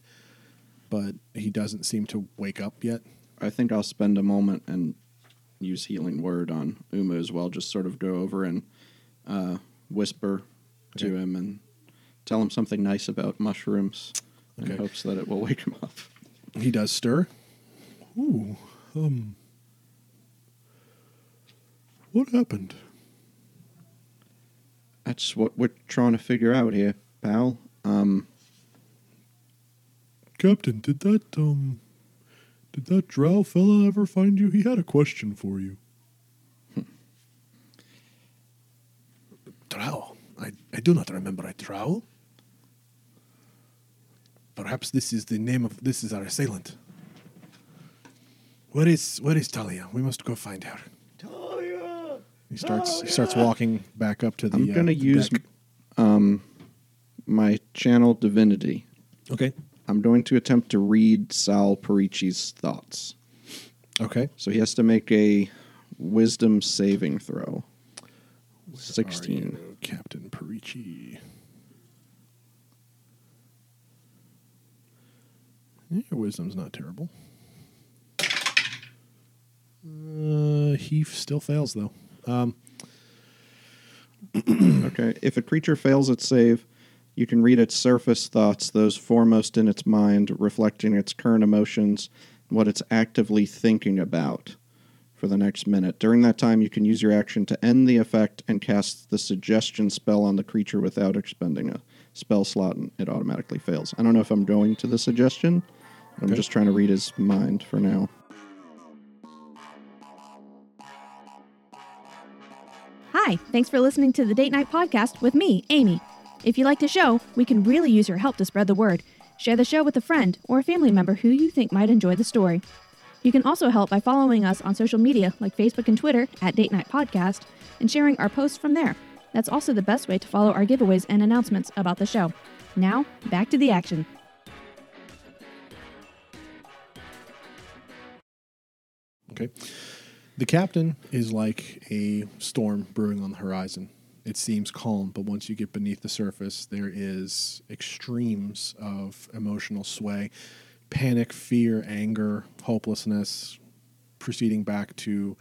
Speaker 3: but he doesn't seem to wake up yet.
Speaker 2: I think I'll spend a moment and use healing word on Uma as well. Just sort of go over and uh, whisper to
Speaker 3: Okay.
Speaker 2: him and tell him something nice about mushrooms
Speaker 3: Okay.
Speaker 2: in hopes that it will wake him up.
Speaker 3: He does stir. Ooh, um, what happened?
Speaker 2: That's what we're trying to figure out here, pal. Um,
Speaker 3: Captain, did that um did that drow fella ever find you? He had a question for you. Hmm. drow? I, I do not remember a drow. Perhaps this is the name of this is our assailant. Where is where is Talia? We must go find her.
Speaker 4: Talia.
Speaker 3: He starts he starts walking back up to the
Speaker 2: I'm going to use um, my channel divinity.
Speaker 3: Okay.
Speaker 2: I'm going to attempt to read Sal Parici's thoughts.
Speaker 3: Okay.
Speaker 2: So he has to make a wisdom saving throw. 16.
Speaker 3: Captain Perici. Your wisdom's not terrible. Uh, he f- still fails though.
Speaker 2: Okay. If a creature fails its save, you can read its surface thoughts, those foremost in its mind, reflecting its current emotions, what it's actively thinking about for the next minute. During that time, you can use your action to end the effect and cast the suggestion spell on the creature without expending a spell slot, and it automatically fails. I don't know if I'm going to the suggestion. I'm
Speaker 3: Okay.
Speaker 2: just trying to read his mind for now.
Speaker 5: Hi, thanks for listening to the Date Night Podcast with me, Amy. If you like the show, we can really use your help to spread the word. Share the show with a friend or a family member who you think might enjoy the story. You can also help by following us on social media like Facebook and Twitter at Date Night Podcast and sharing our posts from there. That's also the best way to follow our giveaways and announcements about the show. Now, back to the action.
Speaker 3: Okay. The captain is like a storm brewing on the horizon. It seems calm, but once you get beneath the surface, there is extremes of emotional sway panic, fear, anger, hopelessness, proceeding back to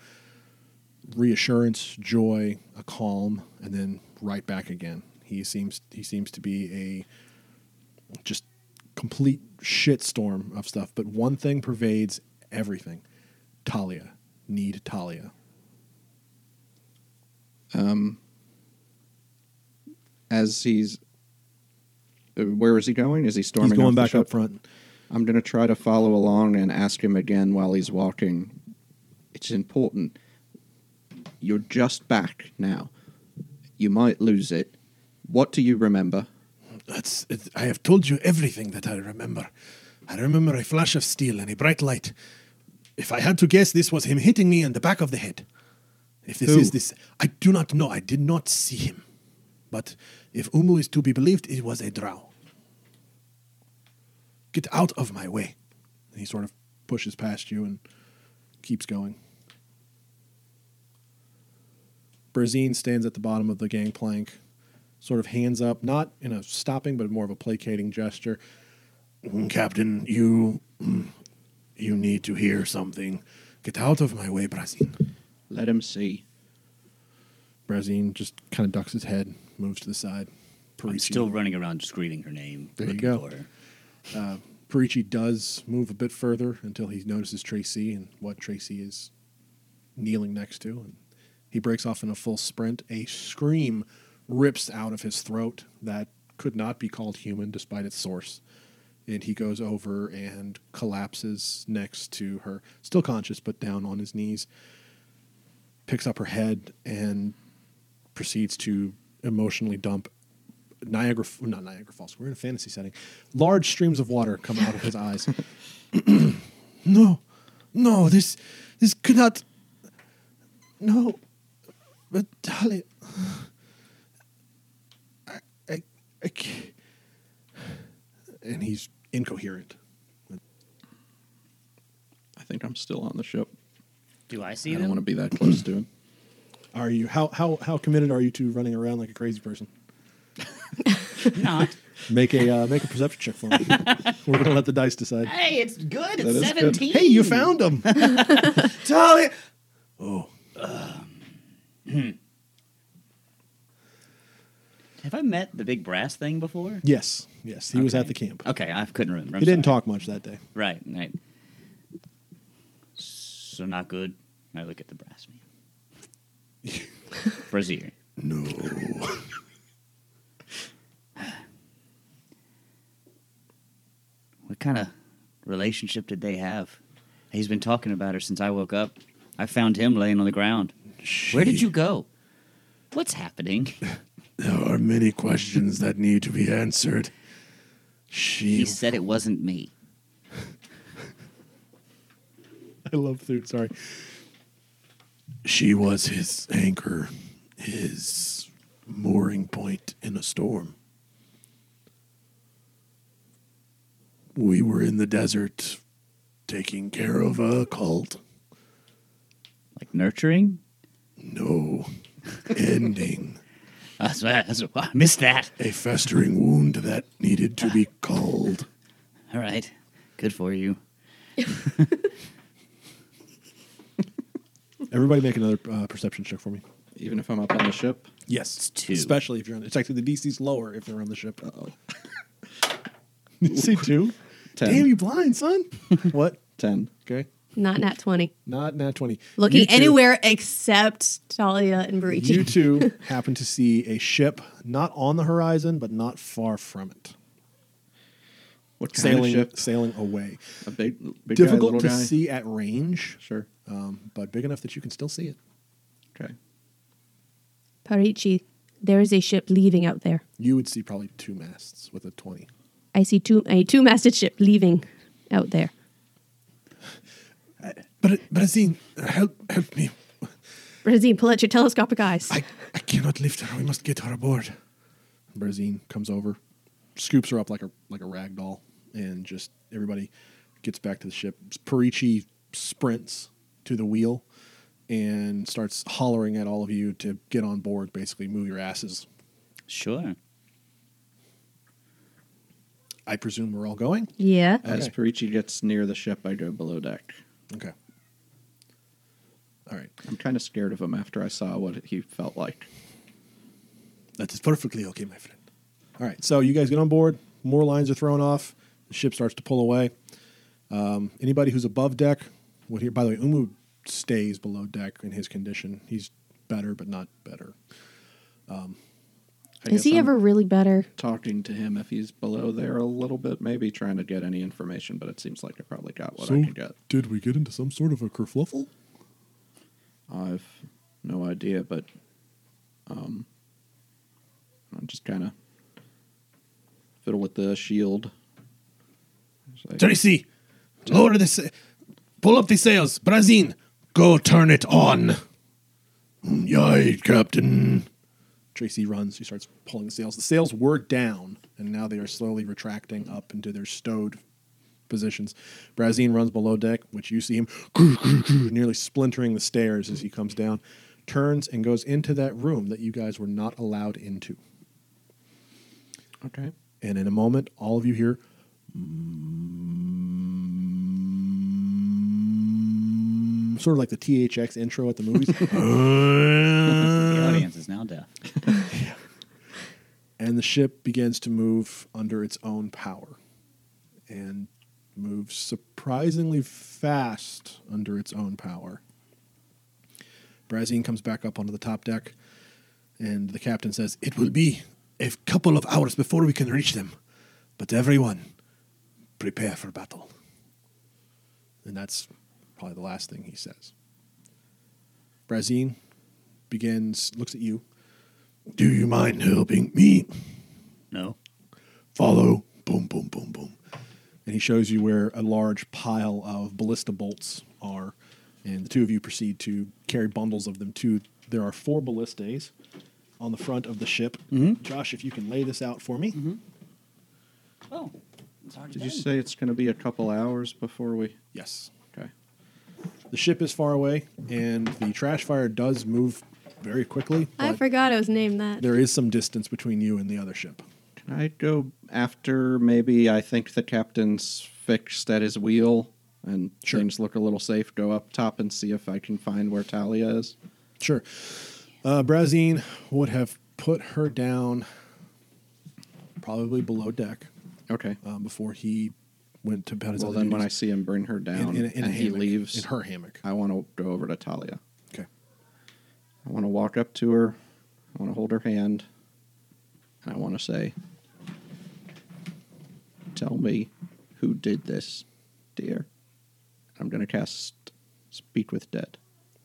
Speaker 3: reassurance, joy, a calm, and then right back again. He seems he seems to be a just complete shitstorm of stuff, but one thing pervades everything. Talia. Need Talia.
Speaker 2: As he's. uh, Where is he going? Is he storming?
Speaker 3: He's going
Speaker 2: off the
Speaker 3: back
Speaker 2: ship?
Speaker 3: up front.
Speaker 2: I'm going to try to follow along and ask him again while he's walking. It's important. You're just back now. You might lose it. What do you remember?
Speaker 3: That's. It, I have told you everything that I remember. I remember a flash of steel and a bright light. If I had to guess, this was him hitting me in the back of the head. If this
Speaker 2: Who?
Speaker 3: is this, I do not know. I did not see him. But if Umu is to be believed, it was a drow. Get out of my way. And he sort of pushes past you and keeps going. Brazine stands at the bottom of the gangplank, sort of hands up, not in a stopping, but more of a placating gesture. "Mm, Captain, you mm, you need to hear something. Get out of my way, Brazine.
Speaker 2: Let him see.
Speaker 3: Brazine just kind of ducks his head, moves to the side.
Speaker 4: I'm
Speaker 3: Parisi-
Speaker 4: still running around screaming her name.
Speaker 3: There you
Speaker 4: looking
Speaker 3: go.
Speaker 4: For her.
Speaker 3: Parichi does move a bit further until he notices Tracy and what Tracy is kneeling next to. And he breaks off in a full sprint. A scream rips out of his throat that could not be called human despite its source. And he goes over and collapses next to her, still conscious but down on his knees. Picks up her head and proceeds to emotionally dump Niagara, not Niagara Falls. We're in a fantasy setting. Large streams of water come out of his eyes. no, no, this, this could not. No, but Talia, I, I, I ca- and he's incoherent.
Speaker 2: I think I'm still on the ship.
Speaker 4: Do I see
Speaker 2: I
Speaker 4: them?
Speaker 2: don't want to be that close to him.
Speaker 3: Are you how how how committed are you to running around like a crazy person?
Speaker 4: Not.
Speaker 3: Make a uh, make a perception check for me. We're gonna let the dice decide.
Speaker 4: Hey, it's good.
Speaker 2: That is
Speaker 4: It's
Speaker 2: good.
Speaker 4: 17.
Speaker 3: Hey, you found him, Talia. Oh.
Speaker 4: Have I met the big brass thing before?
Speaker 3: Yes, yes, he was
Speaker 4: Okay.
Speaker 3: at the camp.
Speaker 4: Okay, I couldn't remember. I'm
Speaker 3: he didn't
Speaker 4: sorry.
Speaker 3: talk much that day.
Speaker 4: Right, right. So not good. I look at the brass man. Brazier.
Speaker 3: No.
Speaker 4: What kind of relationship did they have? He's been talking about her since I woke up. I found him laying on the ground. Where did you go? What's happening?
Speaker 3: There are many questions that need to be answered. She.
Speaker 4: He said it wasn't me.
Speaker 3: I love food. Sorry.
Speaker 6: She was his anchor, his mooring point in a storm. We were in the desert taking care of a cult.
Speaker 4: Like nurturing?
Speaker 6: No. Ending.
Speaker 4: That's, that's, I missed that.
Speaker 6: A festering wound that needed to be culled.
Speaker 4: All right. Good for you.
Speaker 3: Everybody, make another uh, perception check for me.
Speaker 2: Even if I'm up on the ship,
Speaker 3: Yes,
Speaker 4: It's two.
Speaker 3: Especially if you're on. It's actually the DC's lower if they're on the ship. Oh. you see two.
Speaker 2: Ten.
Speaker 3: Damn you, blind son. what?
Speaker 2: 10.
Speaker 3: Okay.
Speaker 1: Not nat 20.
Speaker 3: Not nat 20. You
Speaker 1: Looking
Speaker 3: two-
Speaker 1: anywhere except Talia and
Speaker 3: You
Speaker 1: Barichi.
Speaker 3: two happen to see a ship not on the horizon, but not far from it.
Speaker 2: What kind
Speaker 3: Sailing,
Speaker 2: of ship?
Speaker 3: sailing away.
Speaker 2: A big, big guy,
Speaker 3: Difficult
Speaker 2: little
Speaker 3: to
Speaker 2: guy?
Speaker 3: see at range,
Speaker 2: Sure.
Speaker 3: um, but big enough that you can still see it.
Speaker 2: Okay.
Speaker 1: Barichi, there is a ship leaving out there.
Speaker 3: You would see probably two masts with a 20.
Speaker 1: I see two a two masted ship leaving out there.
Speaker 6: But, Brazine, help, help me.
Speaker 1: Razine, pull out your telescopic eyes.
Speaker 6: I, I cannot lift her. We must get her aboard.
Speaker 3: Brazine comes over, scoops her up like a like a rag doll, and just everybody gets back to the ship. Perichi sprints to the wheel and starts hollering at all of you to get on board. Basically, move your asses.
Speaker 4: Sure.
Speaker 3: I presume we're all going.
Speaker 1: yeah.
Speaker 2: As
Speaker 3: Okay.
Speaker 2: Perichi gets near the ship, I go below deck.
Speaker 3: Okay. All right.
Speaker 2: I'm kind of scared of him after I saw what he felt like.
Speaker 6: That is perfectly okay, my friend.
Speaker 3: All right. So you guys get on board. More lines are thrown off. The ship starts to pull away. Um, anybody who's above deck would hear. By the way, Umu stays below deck in his condition. He's better, but not better.
Speaker 2: I
Speaker 1: Is
Speaker 2: guess
Speaker 1: he
Speaker 2: I'm
Speaker 1: ever really better?
Speaker 2: talking to him if he's below there a little bit? Maybe trying to get any information, but it seems like I probably got what I could get.
Speaker 6: Uh, did we get into some sort of a kerfluffle?
Speaker 2: I've no idea, but um, I'm just kind of fiddle with the shield. It's like-
Speaker 6: Tracy, lower the, sa- pull up the sails. Brazine, go turn it on. Mm, Yay, Captain.
Speaker 3: Tracy runs. He starts pulling the sails. The sails were down, and now they are slowly retracting up into their stowed positions. Brazine runs below deck, which you see him nearly splintering the stairs as he comes down, turns and goes into that room that you guys were not allowed into.
Speaker 2: Okay.
Speaker 3: And in a moment, all of you hear. Sort of like the THX intro at the movies.
Speaker 4: the audience is now deaf.
Speaker 3: and the ship begins to move under its own power and moves surprisingly fast under its own power. Brazine comes back up onto the top deck, and the captain says,
Speaker 6: It will be a couple of hours before we can reach them. But everyone, prepare for battle.
Speaker 3: and that's probably the last thing he says. Brazine begins, looks at you.
Speaker 6: Do you mind helping me?
Speaker 4: No.
Speaker 6: Follow. Boom, boom, boom, boom.
Speaker 3: and he shows you where a large pile of ballista bolts are. And the two of you proceed to carry bundles of them to. There are four ballistas on the front of the ship. Josh, if you can lay this out for me.
Speaker 4: Oh, it's already
Speaker 2: Did you say it's going to be a couple hours before we?
Speaker 3: Yes.
Speaker 2: Okay.
Speaker 3: The ship is far away, and the trash fire does move very quickly.
Speaker 1: I
Speaker 3: but
Speaker 1: forgot it was named that.
Speaker 3: There is some distance between you and the other ship.
Speaker 2: Can I go after maybe I think the captain's fixed at his wheel and
Speaker 3: Sure.
Speaker 2: things look a little safe? Go up top and see if I can find where Talia is.
Speaker 3: Sure. Uh, Brazine would have put her down probably below deck
Speaker 2: Okay.
Speaker 3: um, before he went to about his
Speaker 2: Uh, well,
Speaker 3: other
Speaker 2: then when I
Speaker 3: duties.
Speaker 2: see him bring her down
Speaker 3: in, in, in a
Speaker 2: and he
Speaker 3: hammock,
Speaker 2: leaves,
Speaker 3: in her hammock.
Speaker 2: I want to go over to Talia.
Speaker 3: Okay.
Speaker 2: I want to walk up to her. I want to hold her hand. And I want to say, Tell me who did this, dear. I'm going to cast Speak with Dead.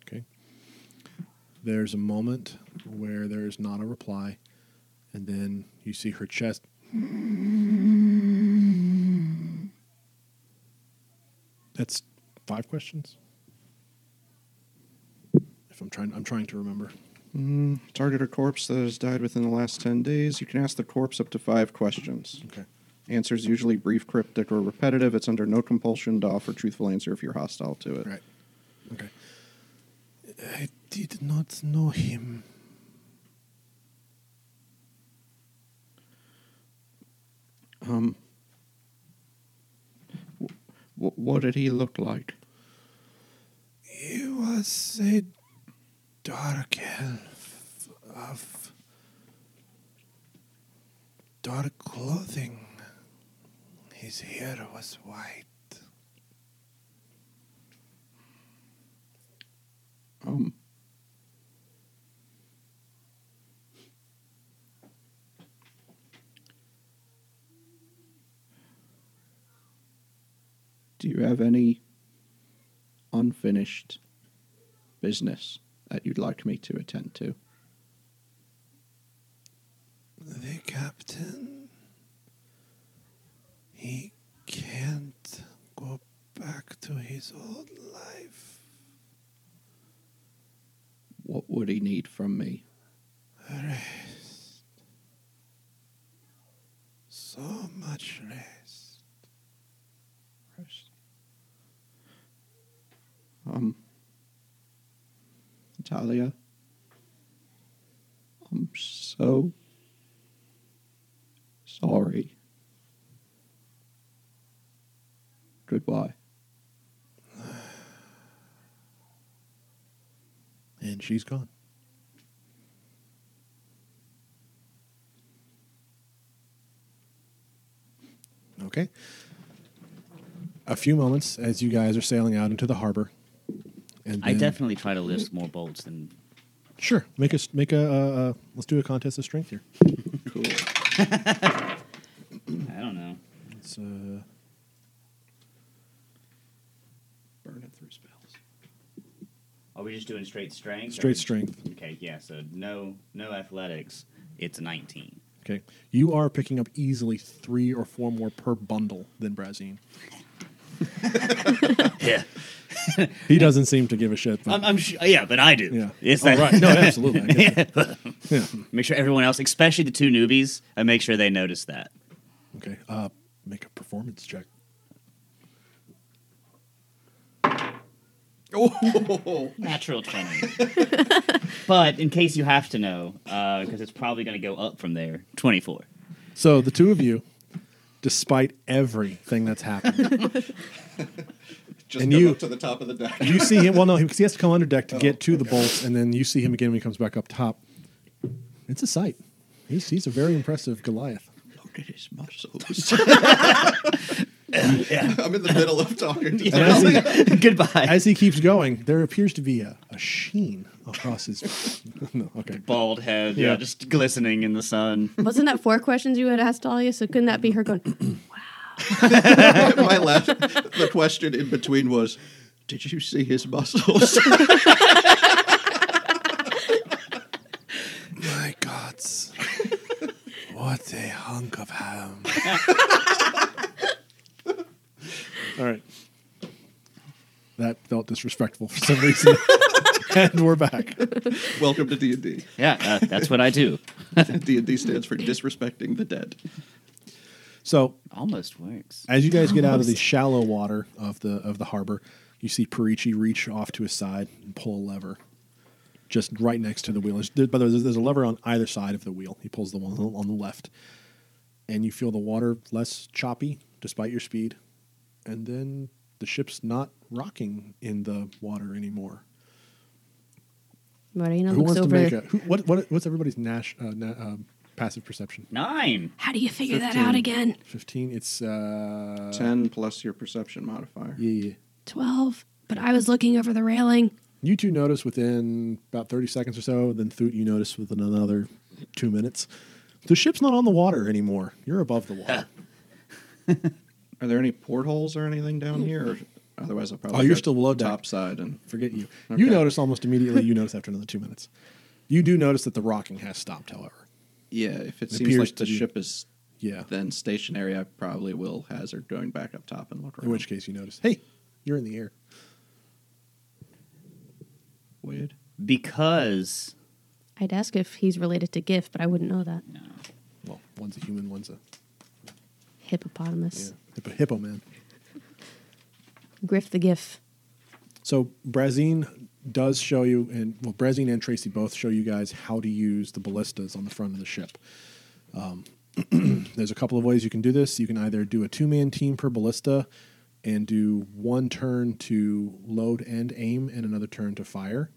Speaker 3: Okay. There's a moment where there is not a reply, and then you see her chest. That's five questions. If I'm trying, I'm trying to remember.
Speaker 2: Target a corpse that has died within the last 10 days. You can ask the corpse up to five questions.
Speaker 3: Okay.
Speaker 2: Answers usually brief, cryptic, or repetitive. It's under no compulsion to offer truthful answer if you're hostile to it.
Speaker 3: Right. Okay.
Speaker 6: I did not know him.
Speaker 2: Um, w- what did he look like?
Speaker 6: He was a dark elf of dark clothing. His hair was white.
Speaker 2: Do you have any unfinished business that you'd like me to attend to?
Speaker 6: The captain. He can't go back to his old life.
Speaker 2: What would he need from me?
Speaker 6: Rest. So much rest.
Speaker 2: Um, Talia, I'm so sorry. Goodbye.
Speaker 3: And she's gone. Okay. A few moments as you guys are sailing out into the harbor. And
Speaker 4: I
Speaker 3: then-
Speaker 4: definitely try to lift more bolts than
Speaker 3: sure make a make a uh, uh, let's do a contest of strength here.
Speaker 2: Cool.
Speaker 4: I don't know.
Speaker 3: It's uh,
Speaker 2: Burn it through spells.
Speaker 4: Are we just doing straight strength?
Speaker 3: Straight strength.
Speaker 4: Okay, yeah. So no, no athletics. It's nineteen.
Speaker 3: okay. You are picking up easily three or four more per bundle than Brazine.
Speaker 4: Yeah,
Speaker 3: He doesn't seem to give a shit. but-
Speaker 4: I'm, I'm sure. Yeah, but I do.
Speaker 3: yeah.
Speaker 4: It's
Speaker 3: All
Speaker 4: that-
Speaker 3: right. No, absolutely. I get that.
Speaker 4: Make sure everyone else, especially the two newbies, I make sure they notice that.
Speaker 3: Okay. Uh, make a performance check.
Speaker 4: Natural twenty. but in case you have to know, because it's probably going to go up from there. Twenty-four.
Speaker 3: So the two of you, despite everything that's happened,
Speaker 2: Just
Speaker 3: And go you- up
Speaker 2: to the Oh, top of the deck.
Speaker 3: you see him. Well, no, because he has to come under deck to get to the bolts, and then you see him again when he comes back up top. It's a sight. He's, he's a very impressive Goliath.
Speaker 2: Look at his muscles. I'm in the middle of talking to
Speaker 3: And as he,
Speaker 4: Goodbye.
Speaker 3: as he keeps going, there appears to be a, a sheen across his. no, okay.
Speaker 4: Bald head, yeah.
Speaker 3: Yeah.
Speaker 4: just glistening in the sun.
Speaker 1: Wasn't that four questions you had asked Dahlia? So couldn't that be her going,
Speaker 2: My last, the question in between was, did you see his muscles?
Speaker 6: My gods. what a hunk of ham.
Speaker 3: All right. That felt disrespectful for some reason. and we're back.
Speaker 2: Welcome to D&D.
Speaker 4: Yeah, uh, that's what I do.
Speaker 2: D&D stands for disrespecting the dead.
Speaker 3: So
Speaker 4: Almost works.
Speaker 3: As you guys get out of the shallow water of the of the harbor, you see Perichi reach off to his side and pull a lever, just right next to the wheel. There's- By the way, there's, there's a lever on either side of the wheel. He pulls the one on the left, and you feel the water less choppy despite your speed, and then the ship's not rocking in the water anymore.
Speaker 1: Marina
Speaker 3: Who
Speaker 1: looks
Speaker 3: wants to
Speaker 1: over.
Speaker 3: make a who, what, what what's everybody's Nash uh, na, um, passive perception?
Speaker 4: Nine.
Speaker 1: How do you figure that
Speaker 3: 15.
Speaker 1: out again?
Speaker 3: Fifteen. It's uh,
Speaker 2: 10 plus your perception modifier.
Speaker 3: Yeah, yeah.
Speaker 1: 12. But I was looking over the railing.
Speaker 3: You two notice within about 30 seconds or so, then Thut, you notice within another two minutes. The ship's not on the water anymore. You're above the water.
Speaker 2: Are there any portholes or anything down here? Or otherwise, I'll probably
Speaker 3: Oh, you're
Speaker 2: go
Speaker 3: still below deck.
Speaker 2: top side and
Speaker 3: Forget you.
Speaker 2: Okay.
Speaker 3: You notice almost immediately, you notice after another two minutes. You do notice that the rocking has stopped, however.
Speaker 2: yeah. If it,
Speaker 3: It
Speaker 2: seems
Speaker 3: appears
Speaker 2: like
Speaker 3: to
Speaker 2: the
Speaker 3: be-
Speaker 2: ship is
Speaker 3: Yeah.
Speaker 2: then stationary, I probably will hazard going back up top and look around.
Speaker 3: In which case, you notice, hey, you're in the air.
Speaker 2: weird.
Speaker 4: Because
Speaker 1: I'd ask if he's related to GIF, but I wouldn't know that.
Speaker 3: Well, one's a human, one's a
Speaker 1: Hippopotamus.
Speaker 3: hippo, hippo man.
Speaker 1: Griff the GIF.
Speaker 3: So Brazine does show you, and well, Brazine and Tracy both show you guys how to use the ballistas on the front of the ship. Um, there's a couple of ways you can do this. You can either do a two-man team per ballista and do one turn to load and aim, and another turn to fire.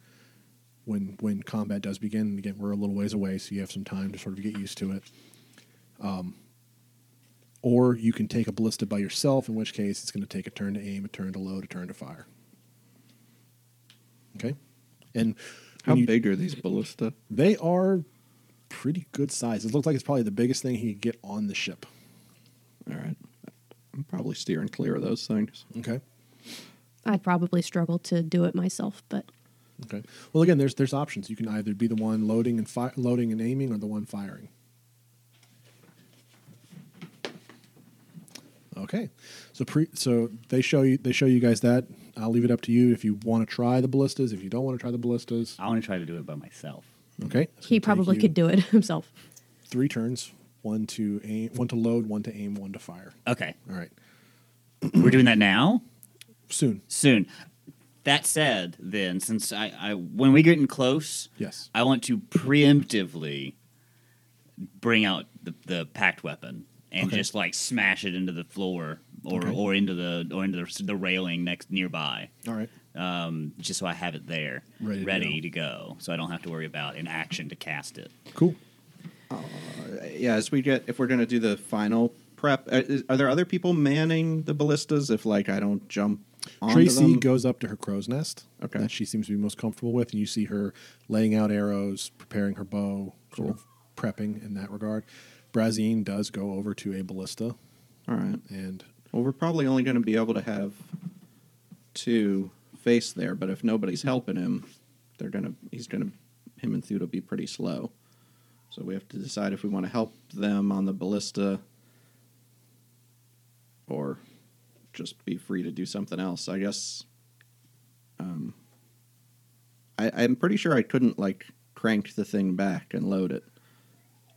Speaker 3: When when combat does begin, and again, we're a little ways away, so you have some time to sort of get used to it. Um, or you can take a ballista by yourself, in which case it's going to take a turn to aim, a turn to load, a turn to fire. Okay. And
Speaker 2: How
Speaker 3: when you-
Speaker 2: big are these ballista?
Speaker 3: They are pretty good size. It looks like it's probably the biggest thing he could get on the ship.
Speaker 2: All right, I'm probably steering clear of those things.
Speaker 3: Okay.
Speaker 1: I'd probably struggle to do it myself, but
Speaker 3: Okay. Well, again, there's there's options. You can either be the one loading and fi- loading and aiming, or the one firing. Okay. So pre so they show you they show you guys that. I'll leave it up to you if you want to try the ballistas. If you don't want to try the ballistas,
Speaker 4: I want to try to do it by myself.
Speaker 3: okay. It's
Speaker 1: he
Speaker 3: gonna take
Speaker 1: probably
Speaker 3: you
Speaker 1: could do it himself.
Speaker 3: three turns: one to aim, one to load, one to aim, one to fire.
Speaker 4: Okay,
Speaker 3: All right.
Speaker 4: we're doing that now.
Speaker 3: Soon.
Speaker 4: Soon. That said, then since I, I when we get in close,
Speaker 3: Yes.
Speaker 4: I want to preemptively bring out the, the packed weapon and
Speaker 3: Okay.
Speaker 4: just like smash it into the floor or,
Speaker 3: Okay.
Speaker 4: or into the or into the, the railing next nearby,
Speaker 3: All right.
Speaker 4: um, just so I have it there
Speaker 3: Ready to
Speaker 4: ready to go, so I don't have to worry about an action to cast it.
Speaker 3: Cool.
Speaker 2: Yeah, as we get, if we're going to do the final prep, uh, is, are there other people manning the ballistas if, like, I don't jump onto
Speaker 3: Tracy
Speaker 2: them?
Speaker 3: goes up to her crow's nest
Speaker 2: Okay.
Speaker 3: that she seems to be most comfortable with, and you see her laying out arrows, preparing her bow, sort of prepping in that regard. Brazine does go over to a ballista,
Speaker 2: All right.
Speaker 3: and
Speaker 2: Well, we're probably only going to be able to have two face there, but if nobody's helping him, they're going to, he's going to, him and Thud will be pretty slow. So we have to decide if we want to help them on the ballista or just be free to do something else. I guess, um, I, I'm pretty sure I couldn't, like, crank the thing back and load it,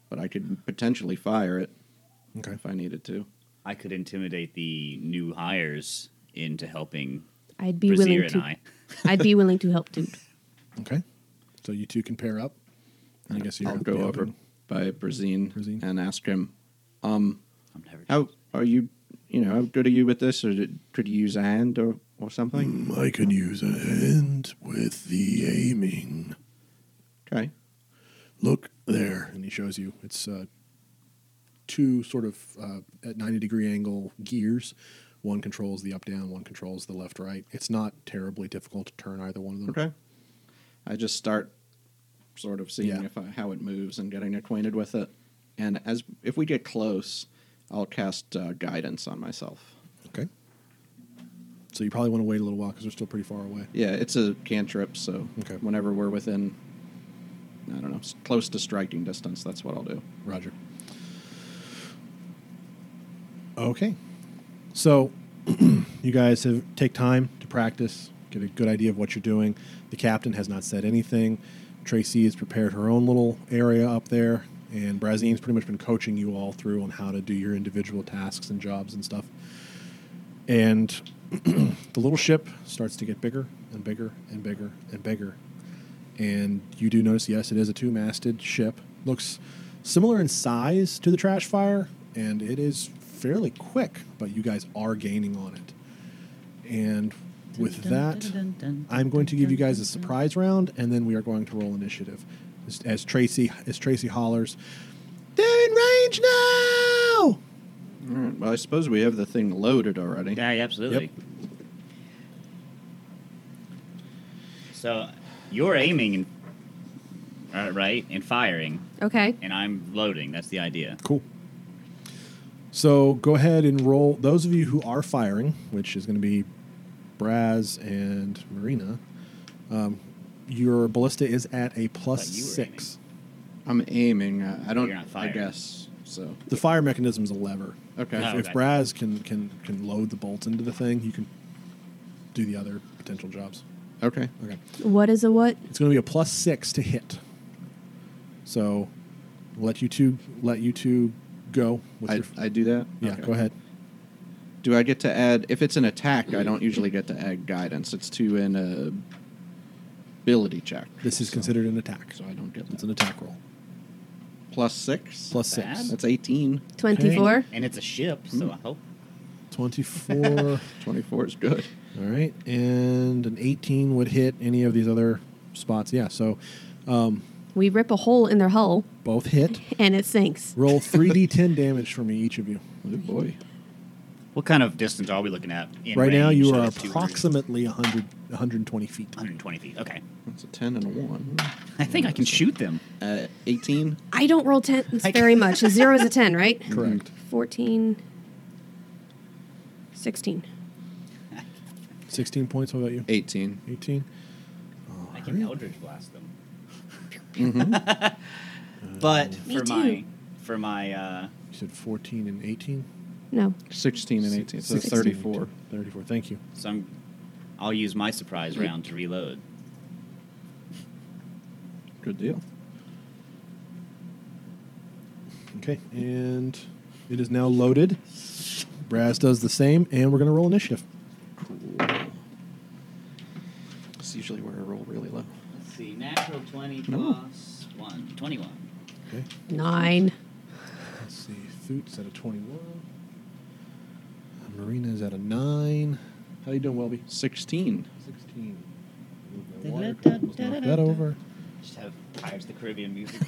Speaker 2: but I could potentially fire it
Speaker 3: okay,
Speaker 2: if I needed to.
Speaker 4: I could intimidate the new hires into helping
Speaker 1: I'd be
Speaker 4: Brazier
Speaker 1: willing
Speaker 4: and
Speaker 1: to.
Speaker 4: I.
Speaker 1: I'd be willing to help Dude.
Speaker 3: okay. So you two can pair up. I guess you're
Speaker 2: I'll
Speaker 3: up
Speaker 2: go
Speaker 3: the
Speaker 2: over
Speaker 3: open.
Speaker 2: by Brazine,
Speaker 3: Brazine.
Speaker 2: and ask him,
Speaker 4: I'm never
Speaker 2: "How are you? You know, how good are you with this? Or did- could you use a hand or or something?"
Speaker 6: I can use a hand with the aiming.
Speaker 2: Okay,
Speaker 6: Look there.
Speaker 3: and he shows you it's uh, two sort of uh, at 90 degree angle gears. One controls the up down, one controls the left right. It's not terribly difficult to turn either one of them.
Speaker 2: okay. I just start sort of seeing
Speaker 3: Yeah.
Speaker 2: if I, how it moves and getting acquainted with it. And as if we get close, I'll cast uh, guidance on myself.
Speaker 3: Okay. So you probably want to wait a little while because they're still pretty far away.
Speaker 2: Yeah, it's a cantrip, so
Speaker 3: Okay.
Speaker 2: whenever we're within, I don't know, s- close to striking distance, that's what I'll do.
Speaker 3: Roger. Okay. So you guys have take time to practice, get a good idea of what you're doing. The captain has not said anything. Tracy has prepared her own little area up there, and Brazine's pretty much been coaching you all through on how to do your individual tasks and jobs and stuff. And the little ship starts to get bigger and bigger and bigger and bigger and you do notice yes it is a two-masted ship looks similar in size to the trash fire and it is fairly quick but you guys are gaining on it and with that i'm going to give you guys a surprise round and then we are going to roll initiative as, as tracy as tracy hollers they're in range now
Speaker 2: All right. Well, I suppose we have the thing loaded already.
Speaker 4: Yeah, absolutely. So you're aiming and uh, right and firing,
Speaker 1: Okay.
Speaker 4: and I'm loading. That's the idea.
Speaker 3: Cool. So go ahead and roll. Those of you who are firing, which is going to be Braz and Marina, um, your ballista is at a plus
Speaker 4: Thought you were
Speaker 3: six.
Speaker 2: I'm aiming. uh, I don't.
Speaker 4: You're not
Speaker 2: I
Speaker 4: firing.
Speaker 2: guess so.
Speaker 3: The fire mechanism is a lever.
Speaker 2: Okay.
Speaker 4: Oh,
Speaker 3: If
Speaker 4: okay.
Speaker 3: Braz can, can can load the bolts into the thing, you can do the other potential jobs.
Speaker 2: Okay.
Speaker 3: Okay.
Speaker 1: What is a what?
Speaker 3: It's going to be a plus six to hit. So let you two let you two go. With
Speaker 2: I,
Speaker 3: your,
Speaker 2: I do that.
Speaker 3: yeah,
Speaker 2: Okay.
Speaker 3: go ahead.
Speaker 2: Do I get to add? If it's an attack, I don't usually get to add guidance. It's to an uh, ability check.
Speaker 3: This is
Speaker 2: So-
Speaker 3: considered an attack.
Speaker 2: So I don't get that.
Speaker 3: It's an attack roll.
Speaker 2: Plus six.
Speaker 3: Plus
Speaker 4: Bad.
Speaker 3: six.
Speaker 2: That's 18.
Speaker 1: 24?
Speaker 4: And it's a ship,
Speaker 3: Hmm.
Speaker 4: so I hope.
Speaker 3: 24.
Speaker 2: 24 is good.
Speaker 3: All right. And an 18 would hit any of these other spots. Yeah. So uh,
Speaker 1: We rip a hole in their hull
Speaker 3: both hit.
Speaker 1: and it sinks.
Speaker 3: Roll 3d10 damage for me, each of you.
Speaker 2: Oh boy.
Speaker 4: What kind of distance are we looking at? in
Speaker 3: right now,
Speaker 4: range?
Speaker 3: you
Speaker 4: So
Speaker 3: are
Speaker 4: that's 200
Speaker 3: approximately 100, 120 feet.
Speaker 4: 120 feet. Okay.
Speaker 2: That's a 10 and a 1.
Speaker 4: I think I can shoot them.
Speaker 2: Uh, 18.
Speaker 1: I don't Mm-hmm. roll tens very much. A zero is a 10, right?
Speaker 3: Correct.
Speaker 1: 14. 16.
Speaker 3: 16 points. What about you?
Speaker 2: 18.
Speaker 3: 18.
Speaker 4: I can Eldritch blast them.
Speaker 2: Mm-hmm.
Speaker 3: Uh,
Speaker 4: but
Speaker 1: Me
Speaker 4: for my for my uh,
Speaker 3: You said 14 and 18?
Speaker 1: No.
Speaker 2: 16 and 18. So
Speaker 3: 16,
Speaker 2: 34.
Speaker 3: 34. Thank you.
Speaker 4: so I'm, I'll use my surprise round to reload.
Speaker 2: Good deal.
Speaker 3: Okay. And it is now loaded. Braz does the same, and we're going to roll initiative.
Speaker 2: It's usually where I roll really low.
Speaker 4: Let's see, natural twenty
Speaker 2: No.
Speaker 4: plus one, 21.
Speaker 3: Okay.
Speaker 1: Nine.
Speaker 3: Let's see. Foot's at a 21. Marina's at a 9. How you doing, Welby?
Speaker 2: 16.
Speaker 3: 16. Move my water cup, almost knocked that over.
Speaker 4: Just have Pirates of the Caribbean music.